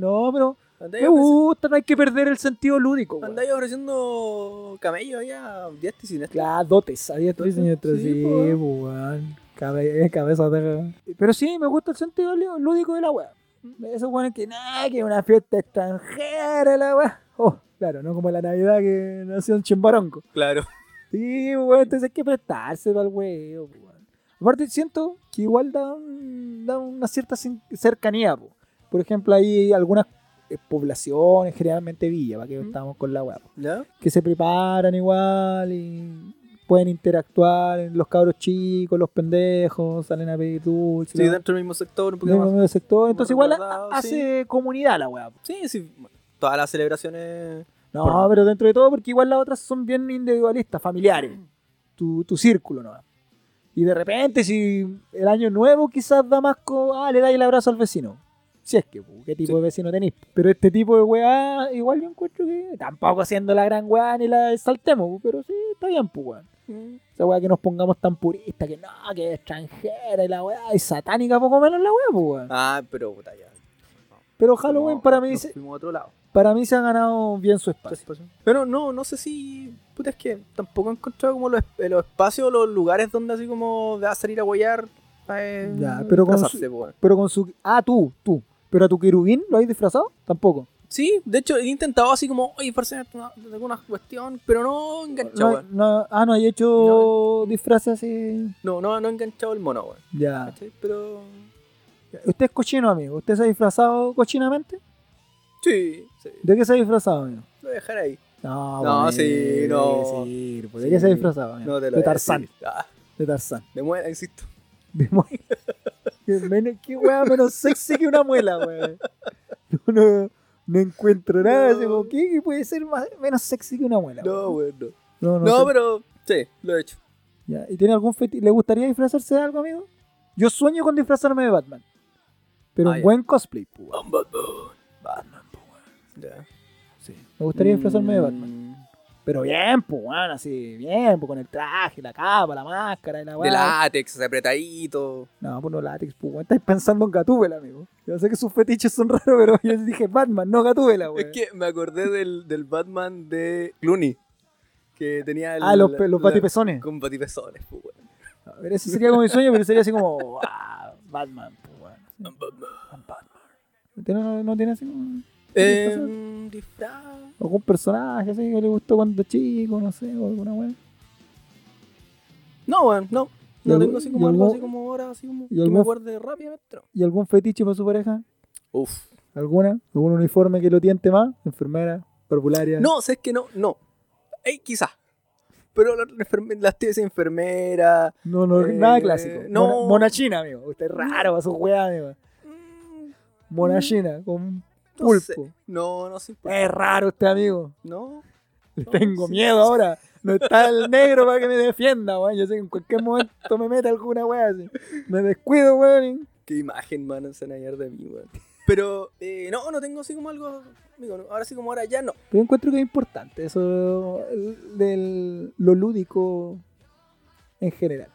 no, pero Andáis me gusta, no hay que perder el sentido lúdico. weá. andáis ofreciendo camello allá, dientes y siniestro. Claro, dotes, había Dotes, tres señor tres. sí, pues. Sí, po, weá. po, weón. Cabe- eh, cabeza de... Pero sí, me gusta el sentido lú- lúdico de la weá. Eso bueno que nada, que una fiesta extranjera la weá. Oh, claro, no como la Navidad que nació en Chimbaronco. Claro. Sí, po, weón, entonces hay que prestarse para el weón, po, weón. Aparte siento que igual da, un- da una cierta cin- cercanía, po. Por ejemplo, hay algunas eh, poblaciones, generalmente villas, para que Mm. estamos con la weá. pues. po ¿Ya? que se preparan igual y pueden interactuar los cabros chicos, los pendejos, salen a pedir dulces. Sí, la- dentro del mismo sector, un del poquito más. mismo sector. Entonces más igual guardado, ha- hace comunidad la weá. Sí, sí. bueno, Todas las celebraciones. No, Por- pero dentro de todo, porque igual las otras son bien individualistas, familiares. Tu, tu círculo, ¿no? Y de repente, si el año nuevo quizás da más... co- ah, le dais el abrazo al vecino. Si es que, pu, ¿qué tipo Sí. de vecino tenéis? Pero este tipo de weá, igual yo encuentro que... Tampoco siendo la gran weá ni la saltemos, pu, pero sí, está bien, pues, weón. Esa weá que nos pongamos tan puristas, que no, que es extranjera y la weá, es satánica poco menos la weá, pues, weón. Ah, pero puta ya. Pero Halloween No, para mí, nos se- fuimos a otro lado. para mí se ha ganado bien su espacio. Este Pero no, no sé si. Puta, es que tampoco he encontrado como los, esp- eh, los espacios, los lugares donde así como va a salir a guayar. eh, Ya, pero con disfrazarse, po, weón. Pero con su... Ah, tú, tú. Pero a tu querubín, ¿lo habéis disfrazado? Tampoco. Sí, de hecho he intentado así como, oye, farse de alguna cuestión, pero no enganchado, No, weón. no- ah, no hay hecho disfraces así. No, no, no he enganchado el mono, weón. Ya. ¿Cachai? Pero. Usted es cochino, amigo. ¿Usted se ha disfrazado cochinamente? Sí, sí, ¿De qué se ha disfrazado, amigo? lo voy a dejar ahí. No, No, pues, sí, de- no. sí, pues, ¿De Sí. qué se ha disfrazado? amigo? No te lo voy de a Tarzán. decir. Ah, De Tarzán. de muela, insisto. De muela. qué, menos, qué wea menos sexy que una muela, weón. No, no, no encuentro nada. así como, ¿qué, qué puede ser más, menos sexy que una muela? No, weón? weón, no. no, no, No, sé. pero. Sí, lo he hecho. Ya, ¿Y tiene algún feti- ¿Le gustaría disfrazarse de algo, amigo? Yo sueño con disfrazarme de Batman. Pero Ah, un ya. Oh. buen cosplay, pues, weón. Batman, po, weón. Ya. Me gustaría disfrazarme de Batman. Mm, Pero bien, pues, weón, así, bien, pues, con el traje, la capa, la máscara y la Mm, De weá. látex, apretadito. No, pues no látex, pues, weón. Estáis pensando en Gatúbela, amigo. Yo sé que sus fetiches son raros, pero yo les dije Batman, no Gatúbela, weón. Es que me acordé del, del Batman de Clooney. Que tenía el. ah, los, pe- los la- batipezones. Con batipezones, pues, weón. A ver, ese sería como mi sueño, pero sería así como, ah, Batman, pues, weón. Batman. ¿Usted no, no tiene así como Eh, disfrazado? un disfraz. algún personaje así que le gustó cuando chico, no sé, o alguna weón? No, weón, no. ¿Y No algo- tengo así y como algo algo- así como ahora, así como y que algo- me acuerde rápidamente. no. ¿Y algún fetiche para su pareja? Uf. ¿Alguna? ¿Algún uniforme que lo tiente más? ¿Enfermera? ¿Parvularia? No, sé que no, no. Ey, quizás. Pero la- la enferme- las tías enfermeras. No, no, Eh, nada clásico. no. Mona, monachina, amigo. Usted es raro para su weá, amigo. mm, Monachina, con No pulpo. Eh. sé. No, no sin Es raro usted, amigo. No. Le No, tengo sí, miedo sí. ahora. No está el negro para que me defienda, weón. Yo sé que en cualquier momento me mete alguna weá así. Me descuido, weón. Qué imagen, man, se van a hallar de mí, weón. Pero, eh, no, no tengo así como algo. Amigo, no, ahora sí como ahora ya no. Pero yo encuentro que es importante eso el- del lo lúdico en general.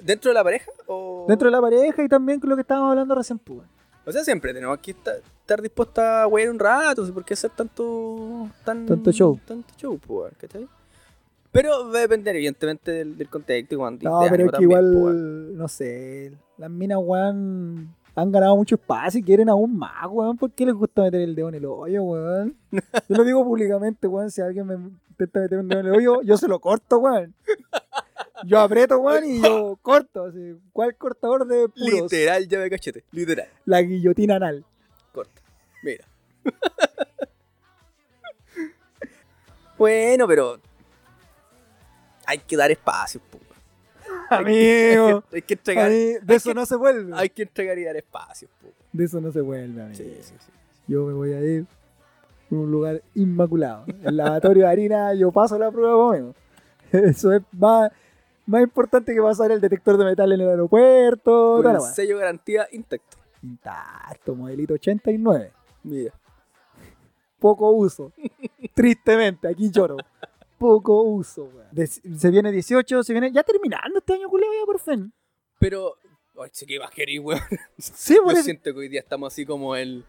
¿Dentro de la pareja? O... Dentro de la pareja y también con lo que estábamos hablando recién, pues. weón. O sea, siempre tenemos que estar, estar dispuesta a wear un rato, ¿sí? ¿por qué hacer tanto. Tan, Tanto show. Tanto show, pues, weón, ¿cachai? Pero va a depender, evidentemente, del, del contexto este y cuando No, pero es que igual, no sé, las minas, weón, han ganado mucho espacio y quieren aún más, weón. ¿Por qué les gusta meter el dedo en el hoyo, weón? Yo lo digo públicamente, weón. Si alguien me intenta meter un dedo en el hoyo, yo se lo corto, weón. Yo aprieto, weón, y yo corto. Así, ¿Cuál cortador de puros? Literal, llave de cachete, literal. La guillotina anal. Corta. Mira. bueno, pero. Hay que dar espacio, po. Amigo. Hay que a entregar. mí, de eso no se vuelve. Hay que entregar y dar espacio, po. De eso no se vuelve, amigo. Sí, sí, sí. yo me voy a ir a un lugar inmaculado. El lavatorio de harina, yo paso la prueba conmigo. Eso es más, más importante que pasar el detector de metal en el aeropuerto. Con toda la el weá. sello garantía intacto. Intacto, modelito 89. Mira. Poco uso. Tristemente, aquí lloro. Poco uso, weón. De- Se viene 18, se viene. Ya terminando este año, culeo, ya por fin. Pero. Ay, sí que más querís, weón. Sí, por Yo eso. siento que hoy día estamos así como el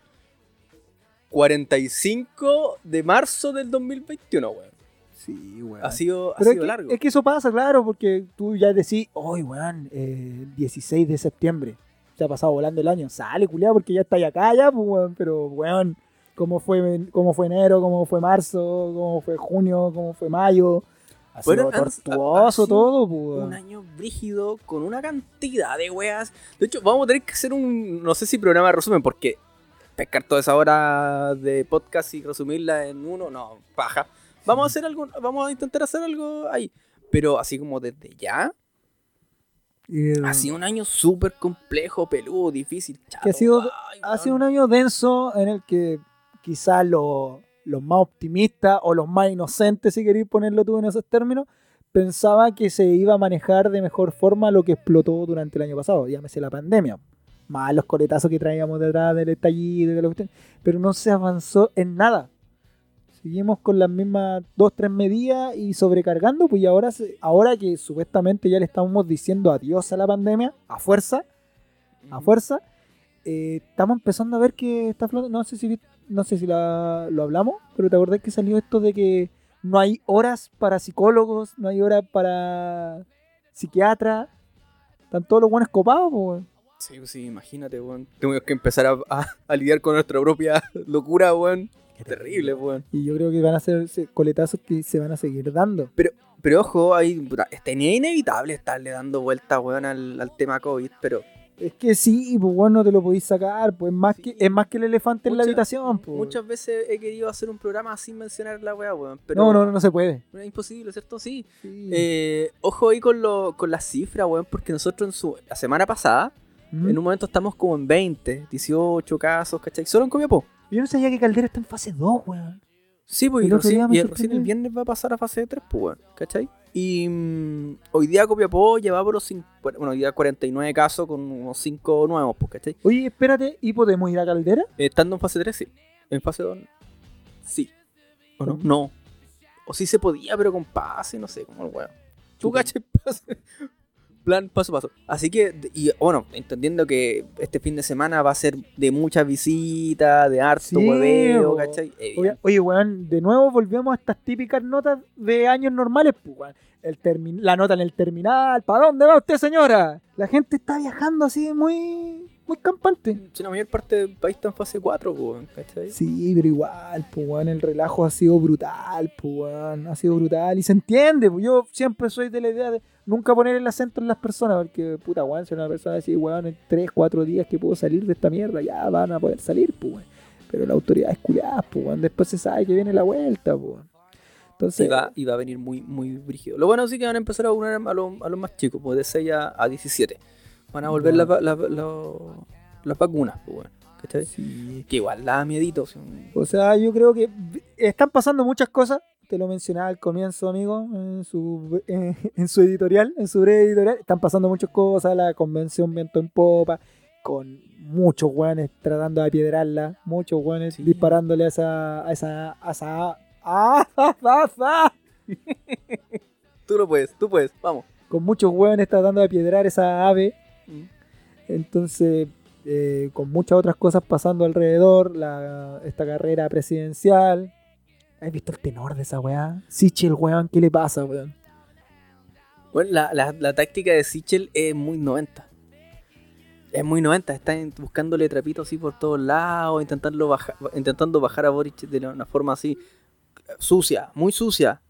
45 de marzo del 2021, weón. Sí, weón. Ha sido, ha Pero es sido que, largo. es que eso pasa, claro, porque tú ya decís, hoy, weón, eh, 16 de septiembre, se ha pasado volando el año, sale, culiado, porque ya está ahí acá, ya, pues, weón, pero, weón, ¿cómo fue, cómo fue enero, cómo fue marzo, cómo fue junio, cómo fue mayo? Ha sido Bueno, han- ha- ha tortuoso sido todo, pues, weón. un año brígido con una cantidad de weas. De hecho, vamos a tener que hacer un, no sé si programa de resumen, porque pescar toda esa hora de podcast y resumirla en uno, no, paja. Vamos a hacer algo, vamos a intentar hacer algo ahí. Pero así como desde ya, Y, eh, ha sido un año súper complejo, peludo, difícil, chato. Que ha sido- Ay, ha weón. sido un año denso en el que quizás los, los más optimistas o los más inocentes, si queréis ponerlo tú en esos términos, pensaba que se iba a manejar de mejor forma lo que explotó durante el año pasado, llámese la pandemia. Más los coletazos que traíamos detrás del estallido, y de la cuestión, pero no se avanzó en nada. Seguimos con las mismas dos, tres medidas y sobrecargando, pues y ahora, se- ahora que supuestamente ya le estamos diciendo adiós a la pandemia, a fuerza, a fuerza, eh, estamos empezando a ver que está flotando. No sé si, vi- no sé si la- lo hablamos, pero te acordás que salió esto de que no hay horas para psicólogos, no hay horas para psiquiatras. Están todos los buenos copados, po, weón. Sí, pues sí, imagínate, weón. Tenemos que empezar a, a- a lidiar con nuestra propia locura, weón. Qué terrible, weón. Y yo creo que van a ser se- coletazos que se van a seguir dando. Pero ojo, ahí puta, tenía inevitable estarle dando vuelta, weón, al, al tema COVID, pero Es que sí, pues bueno, no te lo podéis sacar, pues es más Sí. que es más que el elefante en la Mucha- habitación, pues. muchas veces he querido hacer un programa sin mencionar la weá, weón. Pero No, no, no, no se puede. Es imposible, ¿cierto? Sí. Sí. Eh, ojo ahí con, lo, con las cifras, weón, porque nosotros en su, la semana pasada, ¿Mm? en un momento estamos como en 20, 18 casos, ¿cachai? Solo en Copiapó. Yo no sabía que Caldera está en fase 2, weón. Sí, pues y El otro día recién, me y recién el sorprendió. viernes va a pasar a fase 3, pues, weón, ¿cachai? Y mm, hoy día Copiapó lleva por los cin- bueno, hoy día 49 casos con unos 5 nuevos, pues, ¿cachai? Oye, espérate, ¿y podemos ir a Caldera? Eh, Estando en fase 3, sí. En fase 2, sí. ¿O no? Ujú. No. O sí se podía, pero con pase, no sé, como el weón. Tú Chuta. caché pase. Plan paso a paso. Así que, de- y bueno, entendiendo que este fin de semana va a ser de muchas visitas, de harto Sí, hueveo, bo. ¿cachai? Eh, Oye, oye, weón, de nuevo volvemos a estas típicas notas de años normales, pues, weón. El termi- la nota en el terminal, ¿para dónde va usted, señora? La gente está viajando así muy, muy campante. Si la mayor parte del país está en fase 4, weón, ¿cachai? Sí, pero igual, pues, weón, el relajo ha sido brutal, pues, weón, ha sido brutal y se entiende, pues, yo siempre soy de la idea de nunca poner el acento en las personas, porque, puta, weón, si una persona dice, weón, en 3, 4 días que puedo salir de esta mierda, ya van a poder salir, pues, weón. Pero la autoridad es culiada, pues, weón, después se sabe que viene la vuelta, pues, weón. Entonces, Y va, y va a venir muy, muy brígido. Lo bueno sí que van a empezar a vacunar a los, a los más chicos, pues de 6 a, a 17. Van a volver Ya. las va- las- los- las vacunas, pues, weón, ¿cachai? eh, Sí. Que igual da miedito. sí. O sea, yo creo que vi- están pasando muchas cosas. Te lo mencionaba al comienzo, amigo, en su, eh, en su editorial, en su breve editorial. Están pasando muchas cosas, la convención viento en popa, con muchos guanes tratando de apiedrarla, muchos guanes Sí. disparándole a esa... A esa, a esa ¡Ah, ah, ah, ah! Tú lo puedes, tú puedes, vamos. Con muchos guanes tratando de apiedrar esa ave. Mm. Entonces, eh, con muchas otras cosas pasando alrededor, la- esta carrera presidencial. ¿Has visto el tenor de esa weá? Siche, el weón, ¿qué le pasa, weón? Bueno, la, la- la táctica de Sichel es muy 90. Es muy 90, está en- buscándole trapitos así por todos lados, intentando, baja- intentando bajar a Boric de la- una forma así eh, sucia, muy sucia.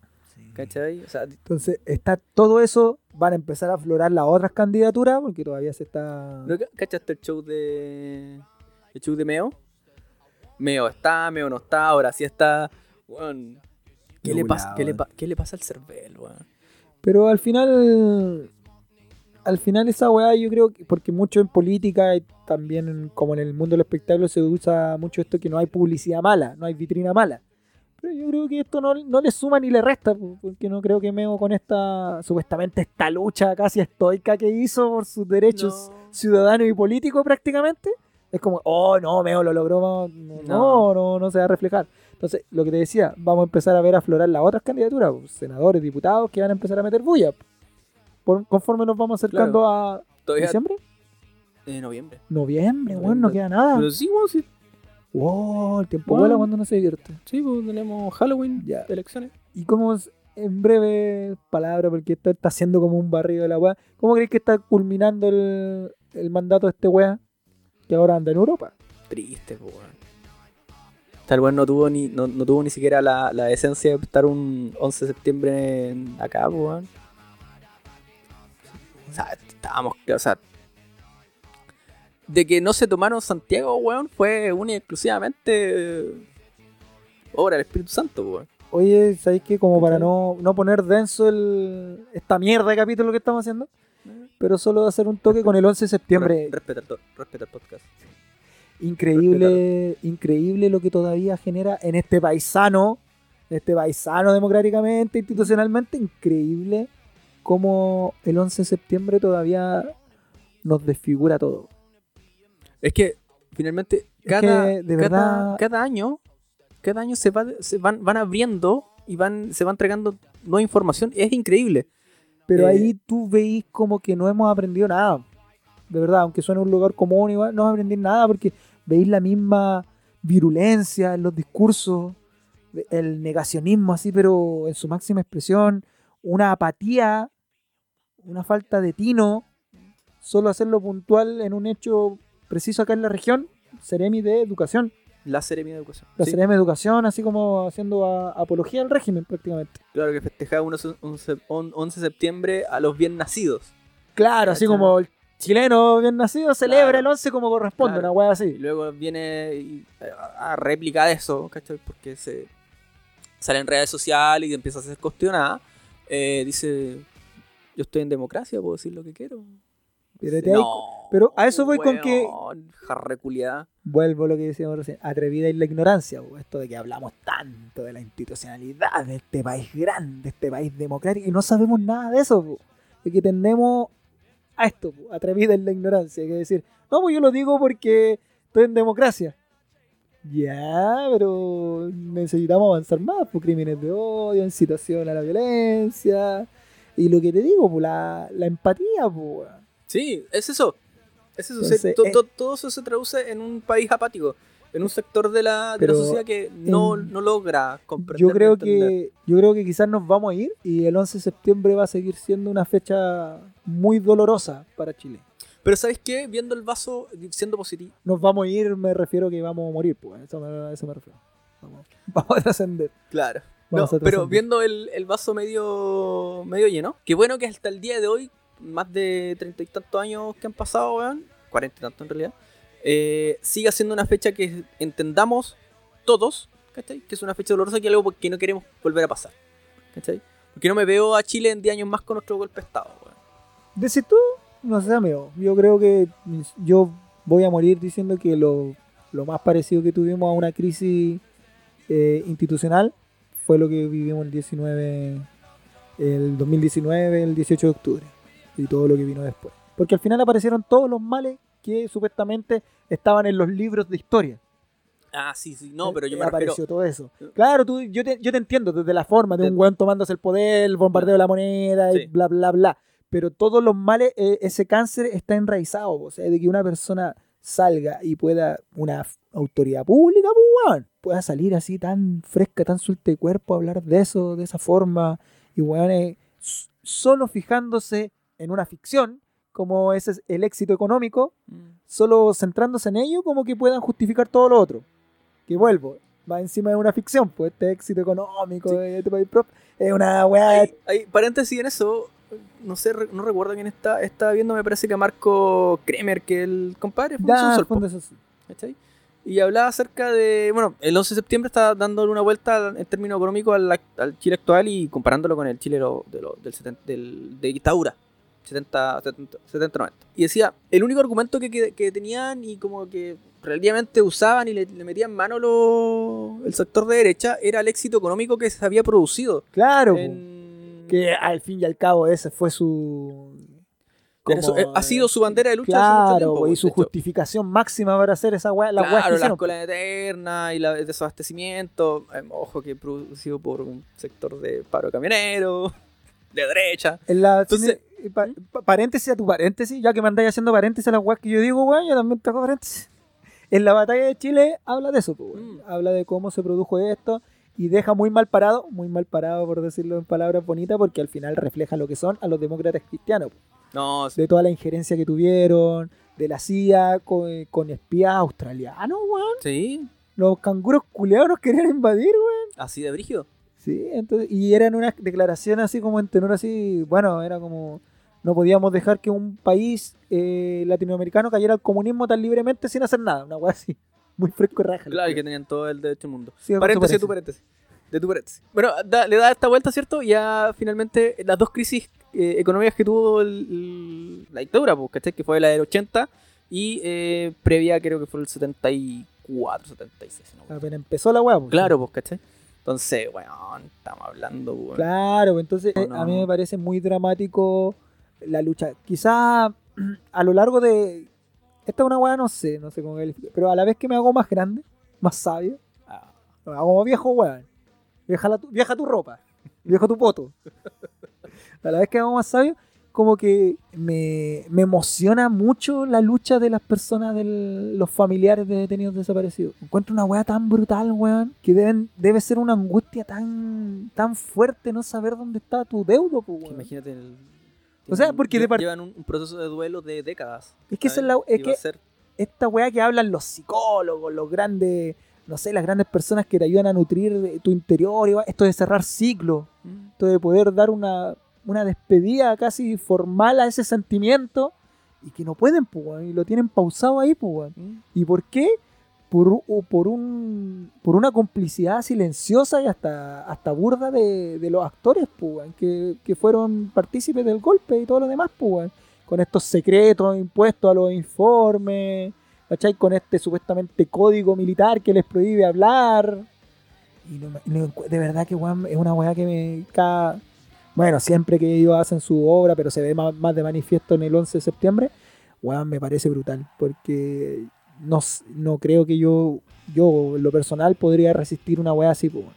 ¿Cachai? O sea, Entonces, está todo eso, van a empezar a aflorar las otras candidaturas, porque todavía se está... ¿no ca- ¿cachaste el show de. el show de Meo? Meo está, Meo no está, ahora sí está. Weón, ¿Qué, le Nublado, pasa, ¿qué, le eh. pa- ¿Qué le pasa al cervel, weón? Pero al final, al final esa weá yo creo que, porque mucho en política y también en- como en el mundo del espectáculo se usa mucho esto que no hay publicidad mala, no hay vitrina mala. Pero yo creo que esto no, no le suma ni le resta, po, porque no creo que Meo con esta, supuestamente esta lucha casi estoica que hizo por sus derechos No. ciudadanos y políticos prácticamente, es como, oh no, Meo lo logró, no, no, no, No. no, se va a reflejar. Entonces, lo que te decía, vamos a empezar a ver aflorar las otras candidaturas, pues, senadores, diputados, que van a empezar a meter bulla. pues. Por- conforme nos vamos acercando a Todavía diciembre, en noviembre. noviembre, bueno, no Noviembre. queda nada. Pero sí, weón, sí, Wow, el tiempo Bueno. vuela cuando no se divierte. sí, pues, tenemos Halloween, Ya. elecciones. Y como es- en breve palabra, porque esto está haciendo como un barrido de la weá, ¿cómo crees que está culminando el, el mandato de este weá? Que ahora anda en Europa. Triste, po, weón. Tal weón no tuvo ni, no, no tuvo ni siquiera la, la esencia de estar un 11 de septiembre en- acá, po, weón. O sea, estábamos, o sea. De que no se tomaron Santiago, weón, fue única y exclusivamente eh, obra del Espíritu Santo, po, weón. Oye, ¿sabéis que Como para ¿Cachai? no, no poner denso el, esta mierda de capítulo que estamos haciendo, pero solo hacer un toque con el 11 de septiembre. Re- Respeta el, to- respeta el podcast. Increíble, increíble lo que todavía genera en este paisano este paisano democráticamente, institucionalmente, increíble cómo el 11 de septiembre todavía nos desfigura todo. Es que finalmente que, cada, de cada- verdad- cada año, cada año se, va, se van, van abriendo y van, se va entregando nueva información. Es increíble. Pero Eh, ahí tú veis como que no hemos aprendido nada. De verdad, aunque suene un lugar común, igual no aprendí nada porque veis la misma virulencia en los discursos, ve- el negacionismo así, pero en su máxima expresión, una apatía, una falta de tino, solo hacerlo puntual en un hecho preciso acá en la región, Ceremi de Educación. La ceremonia de educación. La Sí, Ceremi de Educación, así como haciendo a- apología al régimen prácticamente. claro que festejaba unos- un sep- un 11 de septiembre a los bien nacidos. Claro, así ¿Cachai? como el chileno bien nacido celebra Claro. el 11 como corresponde, Claro. una weá Y así. luego viene y- a, a réplica de eso, ¿cachai? Porque se sale en redes sociales y empieza a ser cuestionada. Eh, dice, yo estoy en democracia, puedo decir lo que quiero. Pero, te hay- No, pero a eso voy con que- weón, Jarreculiada. Vuelvo a lo que decíamos recién, atrevida es la ignorancia, po, esto de que hablamos tanto de la institucionalidad de este país grande, este país democrático, y no sabemos nada de eso, po. de que tendemos a esto, po, atrevida es la ignorancia, que decir, no, pues yo lo digo porque estoy en democracia. Ya, pero necesitamos avanzar más, por crímenes de odio, incitación a la violencia, y lo que te digo, po, la, la empatía, po, weón. Sí, es eso. Es eso. Entonces, se- to- eh, to- todo eso se traduce en un país apático, en un sector de la, de la Pero sociedad que no, en- no logra comprender. yo creo ni entender. que yo creo que quizás nos vamos a ir y el 11 de septiembre va a seguir siendo una fecha muy dolorosa para Chile. Pero ¿sabes qué? Viendo el vaso, siendo positivo. Nos vamos a ir, me refiero que vamos a morir, pues, a eso me, a eso me refiero. Vamos, vamos a trascender. Claro. No, Vamos a pero trascender. viendo el, el vaso medio, medio lleno, qué bueno que hasta el día de hoy, más de treinta y tantos años que han pasado, weón, cuarenta y tantos en realidad, eh, siga siendo una fecha que entendamos todos, ¿cachai? Que es una fecha dolorosa que es algo que no queremos volver a pasar, ¿cachai? Porque no me veo a Chile en 10 años más con nuestro golpe de Estado, weón. Decís tú, no sé, amigo. Yo creo que mis- yo voy a morir diciendo que lo, lo más parecido que tuvimos a una crisis eh, institucional fue lo que vivimos el 19, el 2019, el 18 de octubre y todo lo que vino después. Porque al final aparecieron todos los males que supuestamente estaban en los libros de historia. Ah, sí, sí, no, pero yo me apareció refiero... todo eso. Claro, tú, yo, te, yo te entiendo desde la forma de De- un weón tomándose el poder, el bombardeo de la moneda Mm. Sí. y bla, bla, bla. Pero todos los males, eh, ese cáncer está enraizado. O sea, de que una persona salga y pueda, una f- autoridad pública, pues, weón, pueda salir así tan fresca, tan suelta de cuerpo, a hablar de eso, de esa forma. Y weón, solo fijándose en una ficción, como ese es el éxito económico, solo centrándose en ello, como que puedan justificar todo lo otro. Que vuelvo, va encima de una ficción, pues este éxito económico Sí. de este país prop- es una weá. Hay, hay- paréntesis en eso. No sé, re- no recuerdo quién está, estaba viendo, me parece que Marco Kremer, que el compadre fue un pues. da, Sol, po, fondo eso sí. ¿cachai? Y hablaba acerca de, bueno, el 11 de septiembre está dándole una vuelta en términos económicos al, act- al Chile actual y comparándolo con el Chile lo- de lo- del, 70 del- de dictadura, 70, 70, 70, 90. Y decía, el único argumento que, que- que tenían y como que relativamente usaban y le, le metían mano lo- el sector de derecha era el éxito económico que se había producido. Claro, po, en- que al fin y al cabo ese fue su... Era su- eh, ha sido su bandera de lucha hace mucho Claro, tiempo, pues, po, y de su hecho. justificación máxima para hacer esa weá, la weá claro, que la hicieron. pues. escuela eterna y la- el desabastecimiento. eh, ojo que producido por un sector de paro camionero, de derecha. En la- Entonces- ¿Mm? eh, pa- pa- paréntesis a tu paréntesis, ya que me andáis haciendo paréntesis a las weas que yo digo, weón, yo también trago paréntesis. En la batalla de Chile habla de eso, po, weón. Mm. habla de cómo se produjo esto y deja muy mal parado, muy mal parado por decirlo en palabras bonitas, porque al final refleja lo que son a los demócratas cristianos, po. No, sí, de toda la injerencia que tuvieron, de la CIA con, con espías australianos, weón. sí, Los canguros culeados nos querían invadir, weón. así de brígido. Sí, entonces, y eran unas declaraciones así como en tenor así, bueno, era como, no podíamos dejar que un país eh, latinoamericano cayera al comunismo tan libremente sin hacer nada, una weá así, muy fresco y raja. Claro, y que tenían todo el derecho al mundo. Sí, por Paréntesis de supuesto. tu paréntesis. De tu paréntesis. Bueno, da- le da esta vuelta, ¿cierto? Y ya finalmente las dos crisis eh, económicas que tuvo el- el- la dictadura, pues, ¿cachai? Que fue la del 80 y eh, previa creo que fue el 74, 76. no me acuerdo. Apenas empezó la weá. pues, Claro, pues, ¿cachai? Entonces, weón, estamos hablando, weón. Claro, pues, entonces No, eh, a no, mí no. me parece muy dramático la lucha. Quizá a lo largo de. Esta es una weá, no sé, no sé cómo calificar. Pero a la vez que me hago más grande, más sabio, Ah, me hago viejo weón. Vieja, la tu, vieja tu ropa, viejo tu poto. A la vez que me hago más sabio, como que me, me emociona mucho la lucha de las personas, de los familiares de detenidos desaparecidos. Encuentro una weá tan brutal, weón, que deben, debe ser una angustia tan, tan fuerte no saber dónde está tu deudo, pues, que weón. imagínate el- O sea, tienen- porque de lle- par- llevan un, un proceso de duelo de décadas. Es que esa es ¿sabes? la- es Y va que- a ser- esta weá que hablan los psicólogos, los grandes, no sé, las grandes personas que te ayudan a nutrir eh, tu interior, y va- esto de cerrar ciclos, Mm. esto de poder dar una, una despedida casi formal a ese sentimiento y que no pueden, pues, weón, y lo tienen pausado ahí, pues, weón. Mm. ¿Y por qué? Por, u- o por, un, por una complicidad silenciosa y hasta, hasta burda de, de los actores, pues, weón, que, que fueron partícipes del golpe y todo lo demás, pues, weón. con estos secretos impuestos a los informes, ¿cachai? con este supuestamente código militar que les prohíbe hablar. Y no me- no encu- de verdad que weón, es una weá que me... Cada, bueno, siempre que ellos hacen su obra, pero se ve ma- más, de manifiesto en el 11 de septiembre, weón, me parece brutal, porque no, s- no creo que yo, yo, en lo personal, podría resistir una weá así, po, weón.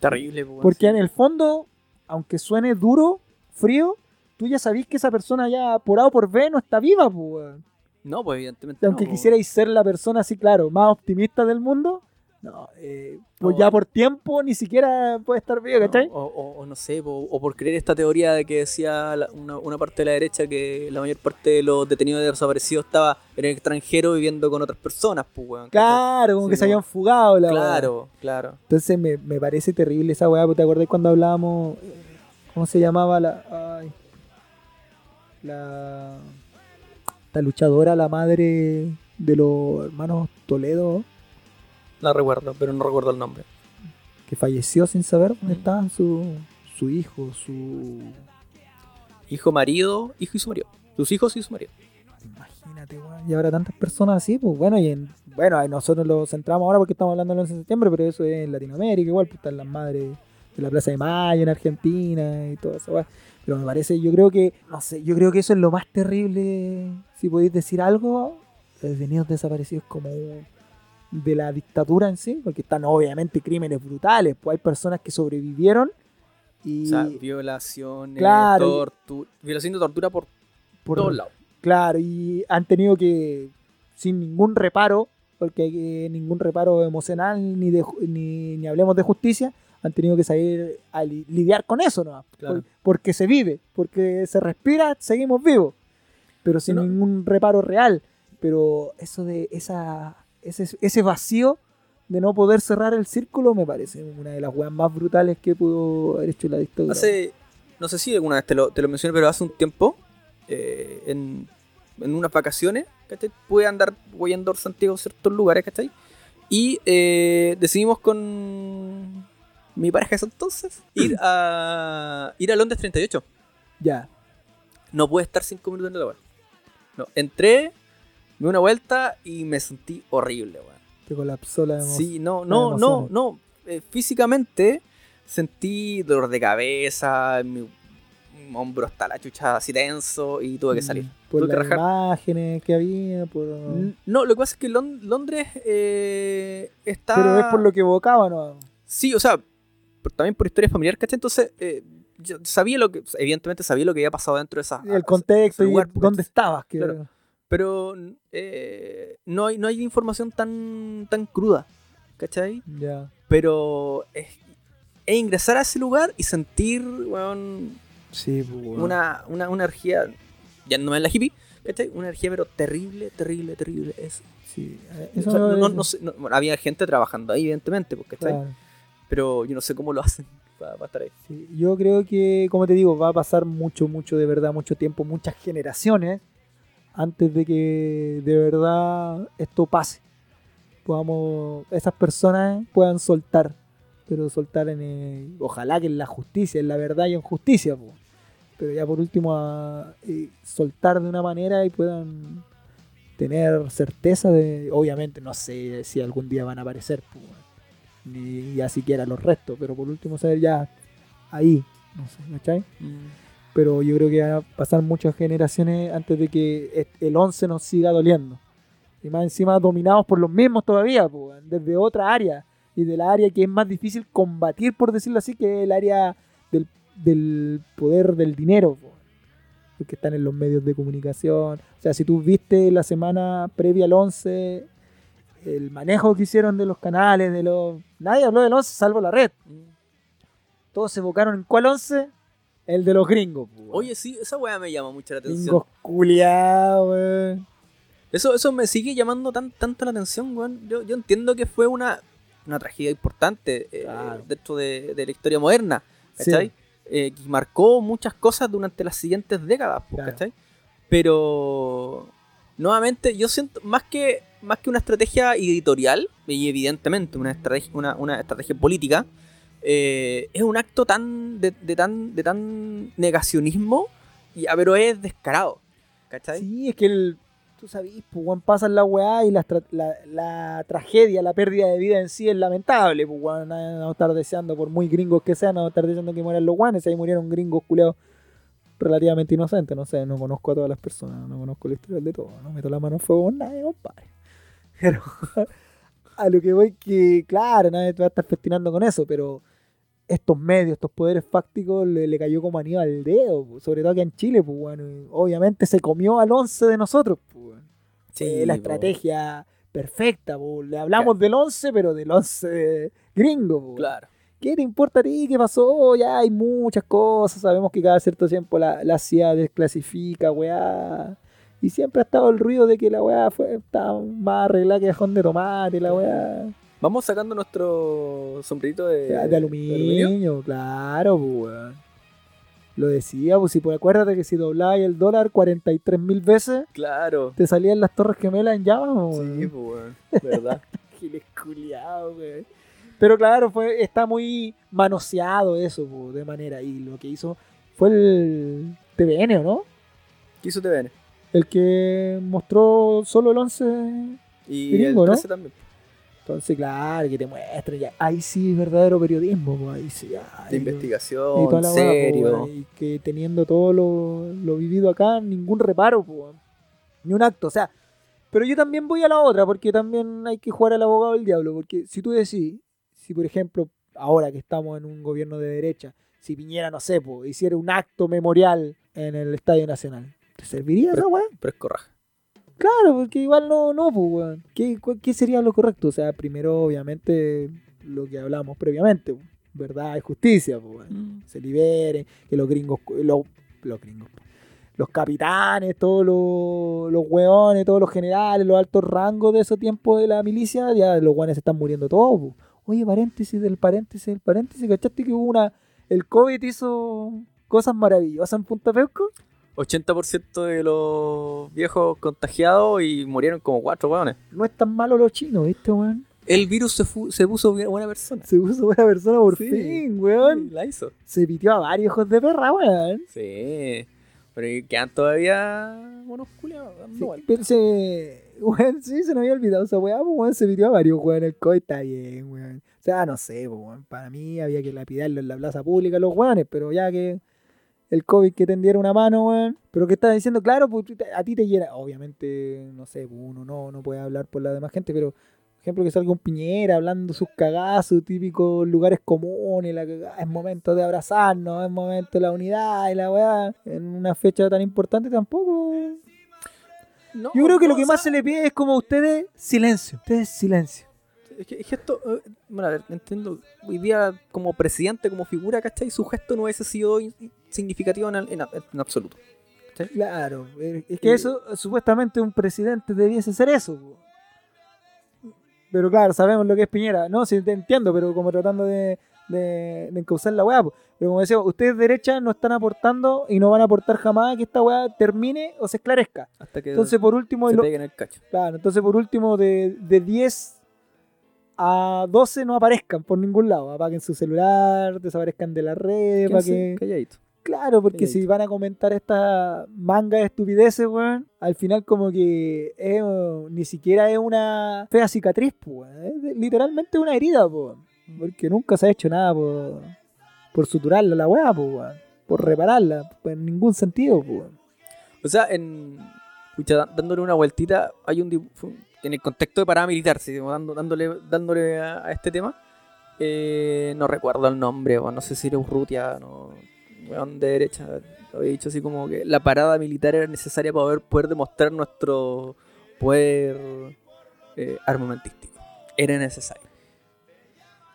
Terrible, po, weón. Porque e- en el fondo, aunque suene duro, frío, tú ya sabís que esa persona ya por A o por B no está viva, po, weón. No, pues evidentemente. Y Aunque no, po, quisierais ser la persona así, claro, más optimista del mundo, no, eh, pues No. ya por tiempo ni siquiera puede estar viva, No, ¿cachai? o, o- o no sé, po, o por creer esta teoría de que decía la- una, una parte de la derecha que la mayor parte de los detenidos desaparecidos estaba en el extranjero viviendo con otras personas, pues, weón. ¿cachai? Claro, como Sí, que se como- habían fugado la weá. Claro, claro. Entonces me, me parece terrible esa weá, porque ¿te acordás cuando hablábamos? eh, ¿Cómo se llamaba la. ay, la. La luchadora, la madre de los hermanos Toledo, La recuerdo, pero no recuerdo el nombre. que falleció sin saber dónde Mm. estaban su, su hijo, su. Hijo, marido, hijo y su marido. Sus hijos y su marido. Imagínate, weón. Y ahora tantas personas así, pues bueno, y en, bueno, ahí nosotros lo centramos ahora porque estamos hablando del 11 de septiembre, pero eso es en Latinoamérica, igual, pues están las madres de la Plaza de Mayo en Argentina y todo eso, weón. Pero me parece, yo creo que, no sé, yo creo que eso es lo más terrible, si podéis decir algo, los detenidos desaparecidos como de la dictadura en sí, porque están obviamente crímenes brutales, pues hay personas que sobrevivieron y O sea, violaciones, Claro, y- tortura. Violación de tortura por, por todos lados. Claro, y han tenido que, sin ningún reparo, porque hay que- ningún reparo emocional, ni, de ju- ni, ni hablemos de justicia, han tenido que salir a li- lidiar con eso, ¿no? Claro. Por- porque se vive, porque se respira, seguimos vivos, pero sin No. ningún reparo real. Pero eso de esa, ese, ese vacío de no poder cerrar el círculo me parece una de las weas más brutales que pudo haber hecho la dictadura. Hace, no sé si alguna vez te lo, te lo mencioné, pero hace un tiempo, eh, en, en unas vacaciones, ¿cachai? Pude andar huyendo a Santiago a ciertos lugares, ¿cachai? Y eh, decidimos con mi pareja de ese entonces ir a, ir a Londres 38. Ya, No pude estar cinco minutos en el lugar. No, entré, me di una vuelta y me sentí horrible, weón. que colapsó la emoción. Sí, no, no, no, emociones. no. Eh, físicamente sentí dolor de cabeza, mi, mi hombro hasta la chucha así tenso y tuve que salir. Mm, Por Tuve que las rajar. Mm, imágenes que había, por... N- No, lo que pasa es que Lon- Londres eh, está... Pero es por lo que evocaba, ¿no? Sí, o sea, pero también por historia familiar, ¿cachai? Entonces, eh, yo sabía lo que... Evidentemente sabía lo que había pasado dentro de esa... El ese- contexto ese lugar, y Ah, porque- dónde estabas. Que... Claro. Pero eh, no, hay, no hay información tan, tan cruda, ¿cachai? Ya. Pero es, es ingresar a ese lugar y sentir, weón, Sí, pues, una, una, una energía, ya no en la hippie, ¿cachai? Una energía pero terrible, terrible, terrible. Es, eh, Eso o sea, me no, parece- no sé, no- bueno, había gente trabajando ahí, evidentemente, porque Claro, Pero yo no sé cómo lo hacen para, estar ahí. sí. Yo creo que, como te digo, va a pasar mucho, mucho, de verdad, mucho tiempo, muchas generaciones antes de que de verdad esto pase. Podamos, esas personas puedan soltar, pero soltar en, el- ojalá que en la justicia, en la verdad y en justicia, po. pero ya por último a, eh, soltar de una manera y puedan tener certeza de, obviamente, no sé si algún día van a aparecer, po, ni ya siquiera los restos, pero por último saber ya ahí, no sé, ¿cachai? Pero yo creo que van a pasar muchas generaciones antes de que et- el 11 nos siga doliendo. Y más encima dominados por los mismos todavía, po, weón, desde otra área. Y de la área que es más difícil combatir, por decirlo así, que es el área del, del poder del dinero. po, Porque están en los medios de comunicación. O sea, si tú viste la semana previa al 11, el manejo que hicieron de los canales, de los... Nadie habló del 11 salvo la red. Mm. Todos se evocaron en cuál 11? El de los gringos. po, weón. Oye, sí, esa weá me llama mucho la atención. Gringos culiados, weón. Eso, eso me sigue llamando tan, tanto la atención, weón. Yo, yo entiendo que fue una, una tragedia importante eh, Claro. dentro de, de la historia moderna, Sí. ¿cachai? Eh, que marcó muchas cosas durante las siguientes décadas, pues, Claro. ¿cachai? Pero, nuevamente, yo siento, más que, más que una estrategia editorial, y evidentemente una estrategia, una, una estrategia política, eh, es un acto tan de, de tan de tan negacionismo, y, ah, pero es descarado, ¿cachai? Sí, es que el, tú sabís, pues, weón, pasan la weá y la, tra- la, la tragedia, la pérdida de vida en sí es lamentable. Pues, weón, nadie nos va a estar deseando, por muy gringos que sean, no va a estar deseando que mueran los guanes. Ahí murieron gringos culeados relativamente inocentes. No sé, no conozco a todas las personas, no conozco el historial de todo. No meto la mano en fuego con nadie, compadre. Pero a lo que voy, que claro, nadie te va a estar festinando con eso, pero. Estos medios, estos poderes fácticos le, le cayó como anillo al dedo, pues, sobre todo aquí en Chile, pues, bueno, obviamente se comió al 11 de nosotros. Pues, weón. Fue la po. estrategia perfecta. po. Le hablamos del 11, pero del 11 gringo. po. Claro. ¿Qué te importa a ti? ¿Qué pasó? Ya hay muchas cosas. Sabemos que cada cierto tiempo la, la CIA desclasifica, weá. Y siempre ha estado el ruido de que la weá fue, estaba más arreglada que cajón de tomate, la weá. Vamos sacando nuestro sombrerito de, Ya, Eh, de aluminio, claro, pues, weón. Lo decía, pues si pues, acuérdate que si doblabas el dólar 43 mil veces, Claro. te salían las torres gemelas en llamas, pues, Sí, weón. pues, weón. ¿Verdad? Giles culiao, weón. Pero claro, fue, está muy manoseado eso, pues, de manera. Y lo que hizo fue el TVN, ¿o no? ¿Qué hizo TVN? El que mostró solo el 11 Y Gringo, el ¿no? 13 también. entonces, claro, que te muestre. Ya. Ahí sí es verdadero periodismo, pues, ahí sí. ahí De lo- investigación, toda la weá, serio. po, weón, y que teniendo todo lo, lo vivido acá, ningún reparo, po, weón. ni un acto. O sea, pero yo también voy a la otra, porque también hay que jugar al abogado del diablo. Porque si tú decís, si por ejemplo, ahora que estamos en un gobierno de derecha, si Piñera, no sé, po, hiciera un acto memorial en el Estadio Nacional, ¿te serviría esa weá? Pero es corraja. Claro, porque igual no, no, pues, weón. ¿Qué, cu- ¿Qué sería lo correcto? O sea, primero, obviamente, lo que hablamos previamente, po, verdad y justicia, pues, weón se liberen, que los gringos, los, los gringos, los capitanes, todos los, los hueones, todos los generales, los altos rangos de esos tiempos de la milicia, ya los hueones se están muriendo todos. po. Oye, paréntesis del paréntesis del paréntesis, ¿cachaste que hubo una, el COVID hizo cosas maravillosas en Punta Peuco? 80% de los viejos contagiados y murieron como cuatro weones. No es tan malo los chinos, ¿viste, weón? El virus se, fu- se puso bien buena persona. Se puso buena persona por Sí. fin, weón. La hizo. Se pitió a varios hijos de perra, weón. Sí. Pero y quedan todavía unos culiados dando Sí, vueltas. pero se, weón, sí, se me había olvidado esa weá, pues, weón, se pidió a varios, weón, el COVID está bien, weón. O sea, no sé, pues, weón, para mí había que lapidarlo en la plaza pública los weones, pero ya que el COVID que tendiera una mano, weón. Pero que estás diciendo, claro, pues, tú te- a ti te llena, obviamente, no sé, pues, uno no, no puede hablar por la demás gente, pero, por ejemplo, que salga un Piñera hablando sus cagazos, típicos lugares comunes, la cagada, es momento de abrazarnos, es momento de la unidad y la weá, en una fecha tan importante tampoco, weón. No, Yo creo que no, lo que o sea, más se le pide es como a ustedes, silencio. Ustedes, silencio. Es que, es que esto, eh, bueno, a ver, entiendo, hoy día como presidente, como figura, ¿cachai? Su gesto no hubiese sido in- significativo en, al- en a- en absoluto. Claro, eh, es que eso, eh, supuestamente un presidente debiese ser eso. po. Pero claro, sabemos lo que es Piñera. No, sí, te entiendo, pero como tratando de, de, de encauzar la weá. po. Pero como decía, ustedes derechas no están aportando y no van a aportar jamás a que esta weá termine o se esclarezca. Hasta que Entonces, por último, se lo- peguen el cacho. claro, entonces por último de, de 10 a 12 no aparezcan por ningún lado. Apaguen su celular, desaparezcan de la red, para Quédense que... calladito. Claro, porque Calladito. si van a comentar esta manga de estupideces, weón, al final como que es, eh, ni siquiera es una fea cicatriz, pues, weón, es de- literalmente una herida, pues. Porque nunca se ha hecho nada por, por suturarla la weá, po, weón. Por repararla, po, en ningún sentido, po, weón. O sea, en. pucha, da- dándole una vueltita, hay un. dibu- fue un- En el contexto de parada militar, sí, como dando- dándole, dándole a, a este tema, eh, no recuerdo el nombre, o no sé si era Urrutia, no, weón de derecha, lo había dicho así como que la parada militar era necesaria para poder, poder demostrar nuestro poder eh, armamentístico. Era necesario.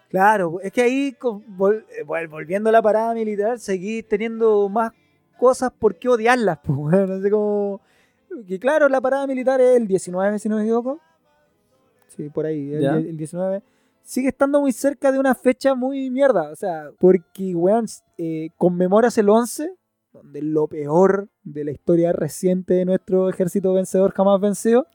Claro, es que ahí, con- vol- eh, vol- volviendo a la parada militar, seguís teniendo más cosas por qué odiarlas, pues, weón. Así como. Que claro, la parada militar es el 19, si no me equivoco. Sí, por ahí, el, Ya. die- el 19. Sigue estando muy cerca de una fecha muy mierda, o sea, porque, weón, eh, conmemoras el 11, donde lo peor de la historia reciente de nuestro ejército vencedor jamás vencido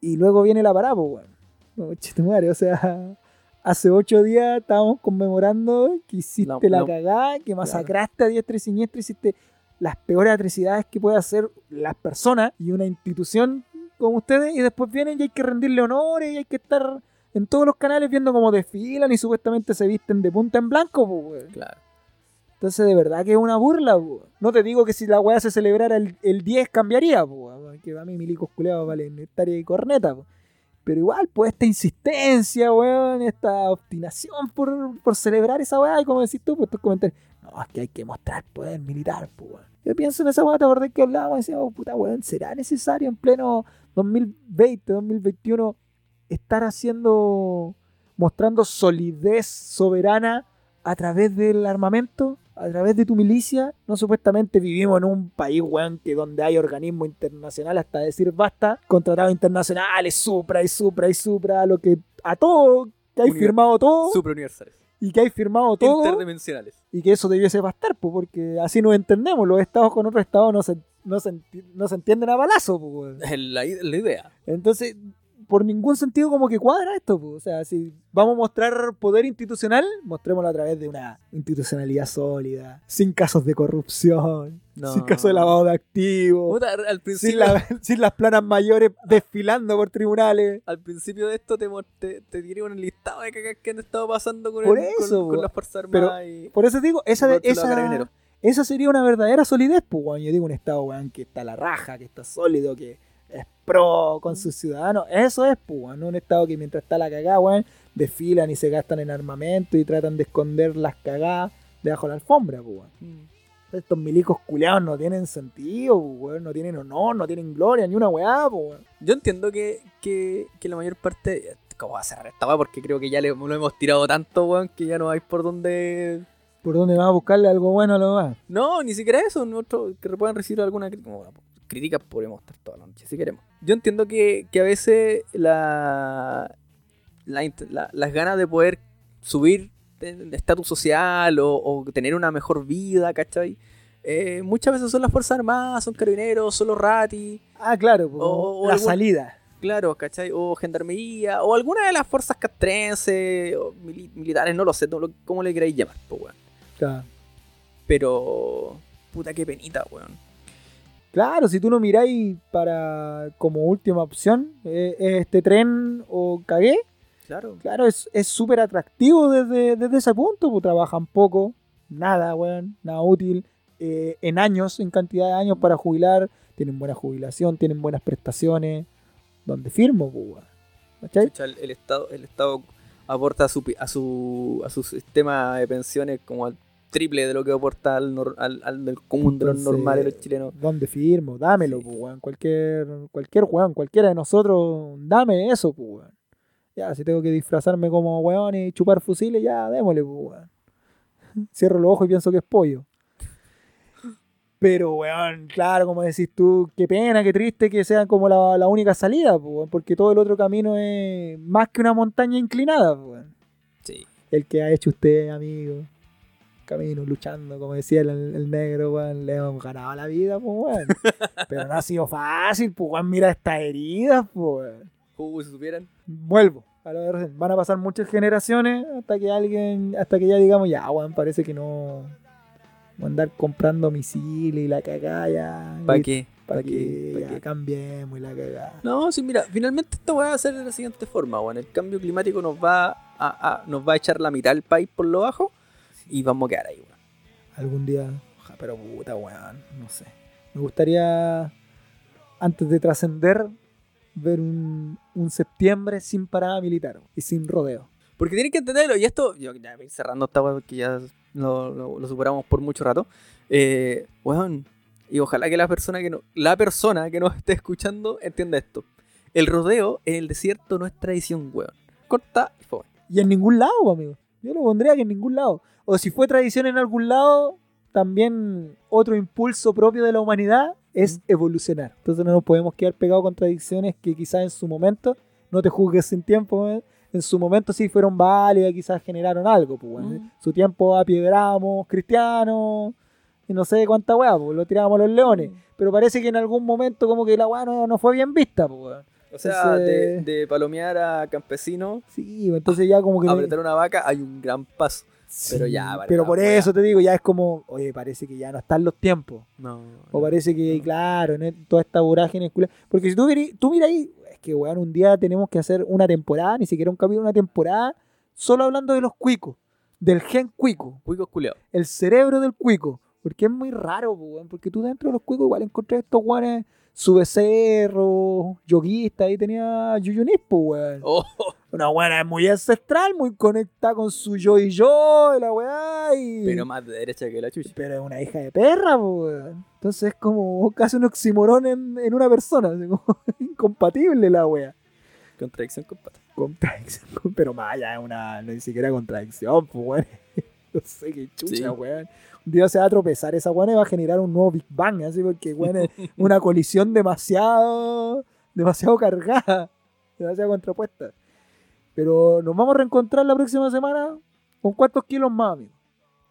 y luego viene la parada, pues, weón. No, chetumare, o sea, hace ocho días estábamos conmemorando que hiciste No, la no. cagada, que masacraste a diestra y siniestra, hiciste las peores atrocidades que puede hacer las personas y una institución como ustedes, y después vienen y hay que rendirle honores y hay que estar en todos los canales viendo cómo desfilan y supuestamente se visten de punta en blanco, pues, weón. Claro. Entonces, de verdad que es una burla, po. No te digo que si la weá se celebrara el, el 10 cambiaría, po, que a mí milicos culeados valen hectárea y corneta, po. Pero igual, pues esta insistencia, weón, esta obstinación por, por celebrar esa weá, y como decís tú, pues tus comentarios, no, es que hay que mostrar poder militar, po, weón. Yo pienso en esa weá, te acordás que hablábamos, decíamos, puta weón, ¿será necesario en pleno 2020, 2021 estar haciendo, mostrando solidez soberana a través del armamento, a través de tu milicia. No supuestamente vivimos en un país, weón, que donde hay organismo internacional hasta decir basta, con tratados internacionales, supra y supra y supra, lo que a todo, que hay Univer- firmado todo Super universales. y que hay firmado todo Interdimensionales. y que eso debiese bastar, po, porque así nos entendemos, los estados con otros estados no se, no se, enti- no se entienden a balazo. po, weón. Es la, i- la idea. Entonces, por ningún sentido como que cuadra esto. po. O sea, si vamos a mostrar poder institucional, mostrémoslo a través de una institucionalidad sólida, sin casos de corrupción, No. sin casos de lavado de activos, Puta, al sin, principio, la- sin las planas mayores desfilando por tribunales. al principio de esto te, mo- te, te tiré un listado de cagas que han estado pasando con, Por el- eso, con, con po. las Fuerzas Pero- Armadas y... Por eso digo, esa, Por otro lado, esa, Carabineros. esa sería una verdadera solidez, pues, weón. Yo digo un Estado, weón, que está a la raja, que está sólido, que es pro con sus ciudadanos. Eso es, pues, weón. Un Estado que mientras está la cagada, weón, desfilan y se gastan en armamento y tratan de esconder las cagadas debajo de la alfombra, pues, weón. Estos milicos culeados no tienen sentido, pues, weón. No tienen honor, no tienen gloria, ni una weá, pues, weón. Yo entiendo que, que, que la mayor parte... ¿Cómo va a cerrar esta weá? Porque creo que ya le, lo hemos tirado tanto, weón, que ya no hay por dónde... ¿Por dónde vas a buscarle algo bueno a los demás? No, ni siquiera eso. Nosotros que puedan recibir alguna crítica. Bueno, críticas podemos estar toda la noche si queremos. Yo entiendo que, que a veces la, la int- la- las ganas de poder subir de de estatus social o, o tener una mejor vida, ¿cachai? Eh, muchas veces son las Fuerzas Armadas, son carabineros, son los ratis, Ah, claro, pues, O- o la algún- salida. claro, ¿cachai? O gendarmería, o alguna de las fuerzas castrenses, o mili- militares, no lo sé, no lo- ¿cómo le queráis llamar? Pues, weón. Claro. Pero, puta, qué penita, weón. Claro, si tú no miráis para como última opción eh, este tren o cagué, Claro. claro, es es súper atractivo desde, desde ese punto, pues trabajan poco, nada, weón, nada útil, eh, en años, en cantidad de años para jubilar, tienen buena jubilación, tienen buenas prestaciones, donde firmo, pues, weón. ¿Cachai? Chucha, el, el estado el estado aporta a su pi- a su a su sistema de pensiones como al triple de lo que aporta al, nor- al, al del común de los Entonces, normales los chilenos ¿Dónde firmo? Dámelo, Sí. pues, weón. Cualquier, cualquier weón, cualquiera de nosotros, dame eso, pues, weón. Ya, si tengo que disfrazarme como weón y chupar fusiles, ya, démosle, pues, weón. Cierro los ojos y pienso que es pollo. Pero, weón, claro, como decís tú, qué pena, qué triste que sea como la, la única salida, pues, weón, porque todo el otro camino es más que una montaña inclinada, pues, weón. sí El que ha hecho usted, amigo. Camino, luchando, como decía el, el negro, weón. Le hemos ganado la vida, pues, weón. Pero no ha sido fácil, pues, weón. Mira estas heridas, pues, weón. Uh, si supieran Vuelvo. A lo de recién. Van a pasar muchas generaciones hasta que alguien, hasta que ya digamos, ya, weón, parece que no. Voy a andar comprando misiles y la cagada ya. para qué ¿Para para qué que ¿Pa' qué? cambiemos y la cagada. no sí mira finalmente esto va a ser de la siguiente forma bueno el cambio climático nos va a- a- nos va a echar la mitad del país por lo bajo y vamos a quedar ahí, weón. Algún día. oja, Pero puta, weón. No sé. Me gustaría, antes de trascender, ver un, un septiembre sin parada militar y sin rodeo. Porque tienen que entenderlo, y esto, yo ya voy cerrando esta weá porque ya lo, lo- lo superamos por mucho rato. Eh, weón, y ojalá que la persona que no, la persona que nos esté escuchando entienda esto. El rodeo en el desierto no es tradición, weón. Corta y fue. Y en ningún lado, amigo. Yo lo pondría que en ningún lado. O si fue tradición en algún lado, también otro impulso propio de la humanidad es evolucionar. Entonces no nos podemos quedar pegados con tradiciones que quizás en su momento, no te juzgues sin tiempo, ¿eh? en su momento sí fueron válidas, quizás generaron algo. Pues, bueno. Mm. Su tiempo apiedramos cristianos, y no sé cuánta weá, pues, lo tirábamos a los leones. Pero parece que en algún momento como que la weá no, no fue bien vista. Pues, weón. O sea, de, Entonces- de palomear a campesinos, Sí, entonces ya como que... apretar una vaca, hay un gran paso. Pero Sí, ya, vale, Pero la por wea. eso te digo, ya es como, oye, parece que ya no están los tiempos. No. O parece que, No. claro, en el- toda esta vorágine. escolar- Porque si tú, veri- tú miras ahí, es que, weón, un día tenemos que hacer una temporada, ni siquiera un capítulo, una temporada, solo hablando de los cuicos, del gen cuico, Cuicos culeados. el cerebro del cuico. Porque es muy raro, po, weón, porque tú dentro de los cuicos igual encontrás estos weones, su becerro, yoguista, ahí tenía Yuyunis, po, weón. Oh, Una weá muy ancestral, muy conectada con su yo y yo, y la weá, y... pero más de derecha que la chucha. Pero es una hija de perra, po, weón. Entonces es como casi un oximorón en, en una persona. así como incompatible la wea. Contradicción con pata. Contradicción. Pero más allá es una. No ni siquiera contradicción, pues weón. No sé qué chucha, Sí. weón. Un día se va a tropezar esa weón y va a generar un nuevo Big Bang, así porque weón es una colisión demasiado. demasiado cargada. Demasiado contrapuesta. Pero nos vamos a reencontrar la próxima semana con cuántos kilos más, amigo.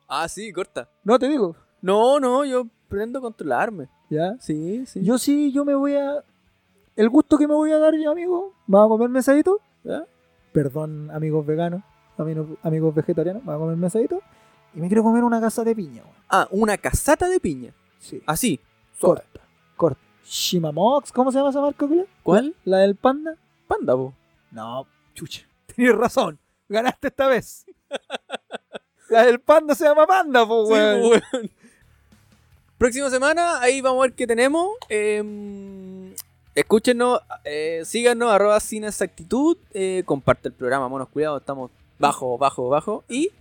Ah, sí, corta. No te digo. No, no, yo pretendo controlarme. ¿Ya? Sí, sí. Yo sí, yo me voy a. El gusto que me voy a dar yo, amigo. ¿Vas a comer mesadito? ¿Ya? Perdón, amigos veganos, amino- amigos vegetarianos, ¿vas a comer mesadito? Y me quiero comer una casa de piña, weón. Ah, una casata de piña. Sí. Así. Ah, suave. corta, corta. Shimamox, ¿cómo se llama esa marca, culiao? ¿Cuál? ¿La del panda? Panda, po. No, chucha. Tienes razón. Ganaste esta vez. La del panda se llama panda, po, Sí, weón. po, weón. Próxima semana, ahí vamos a ver qué tenemos. Eh, escúchenos, eh, síganos, arroba sin exactitud. eh, comparte el programa, monos cuidados, estamos bajo, bajo, bajo. Y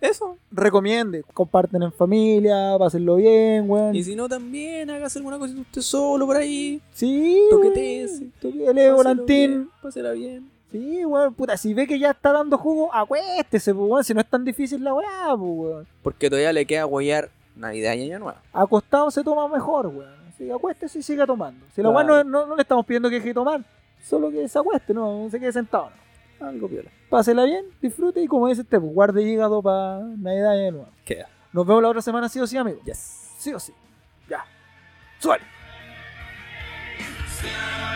eso. Recomiende. Comparten en familia, pásenlo bien, weón. Y si no, también hágase alguna cosita usted solo por ahí. Sí. Toqueteese. weón. Toquetele, volantín. bien, Pásela bien. Sí, weón, puta, si ve que ya está dando jugo, acuéstese, pues, weón, si no es tan difícil la weá, pues, weón. Porque todavía le queda guayar Navidad y Año Nuevo. Acostado se toma mejor, weón. Así que acuéstese y siga tomando. Si la weá Claro. no, no, no le estamos pidiendo que deje de tomar, solo que se acueste, no, se quede sentado, no. Algo piola. Pásela bien, disfrute y como dice este, pues, guarde hígado para Navidad de nuevo. Queda. Nos vemos la otra semana, sí o sí, amigo. Yes. Sí o sí. Ya. Suele. Still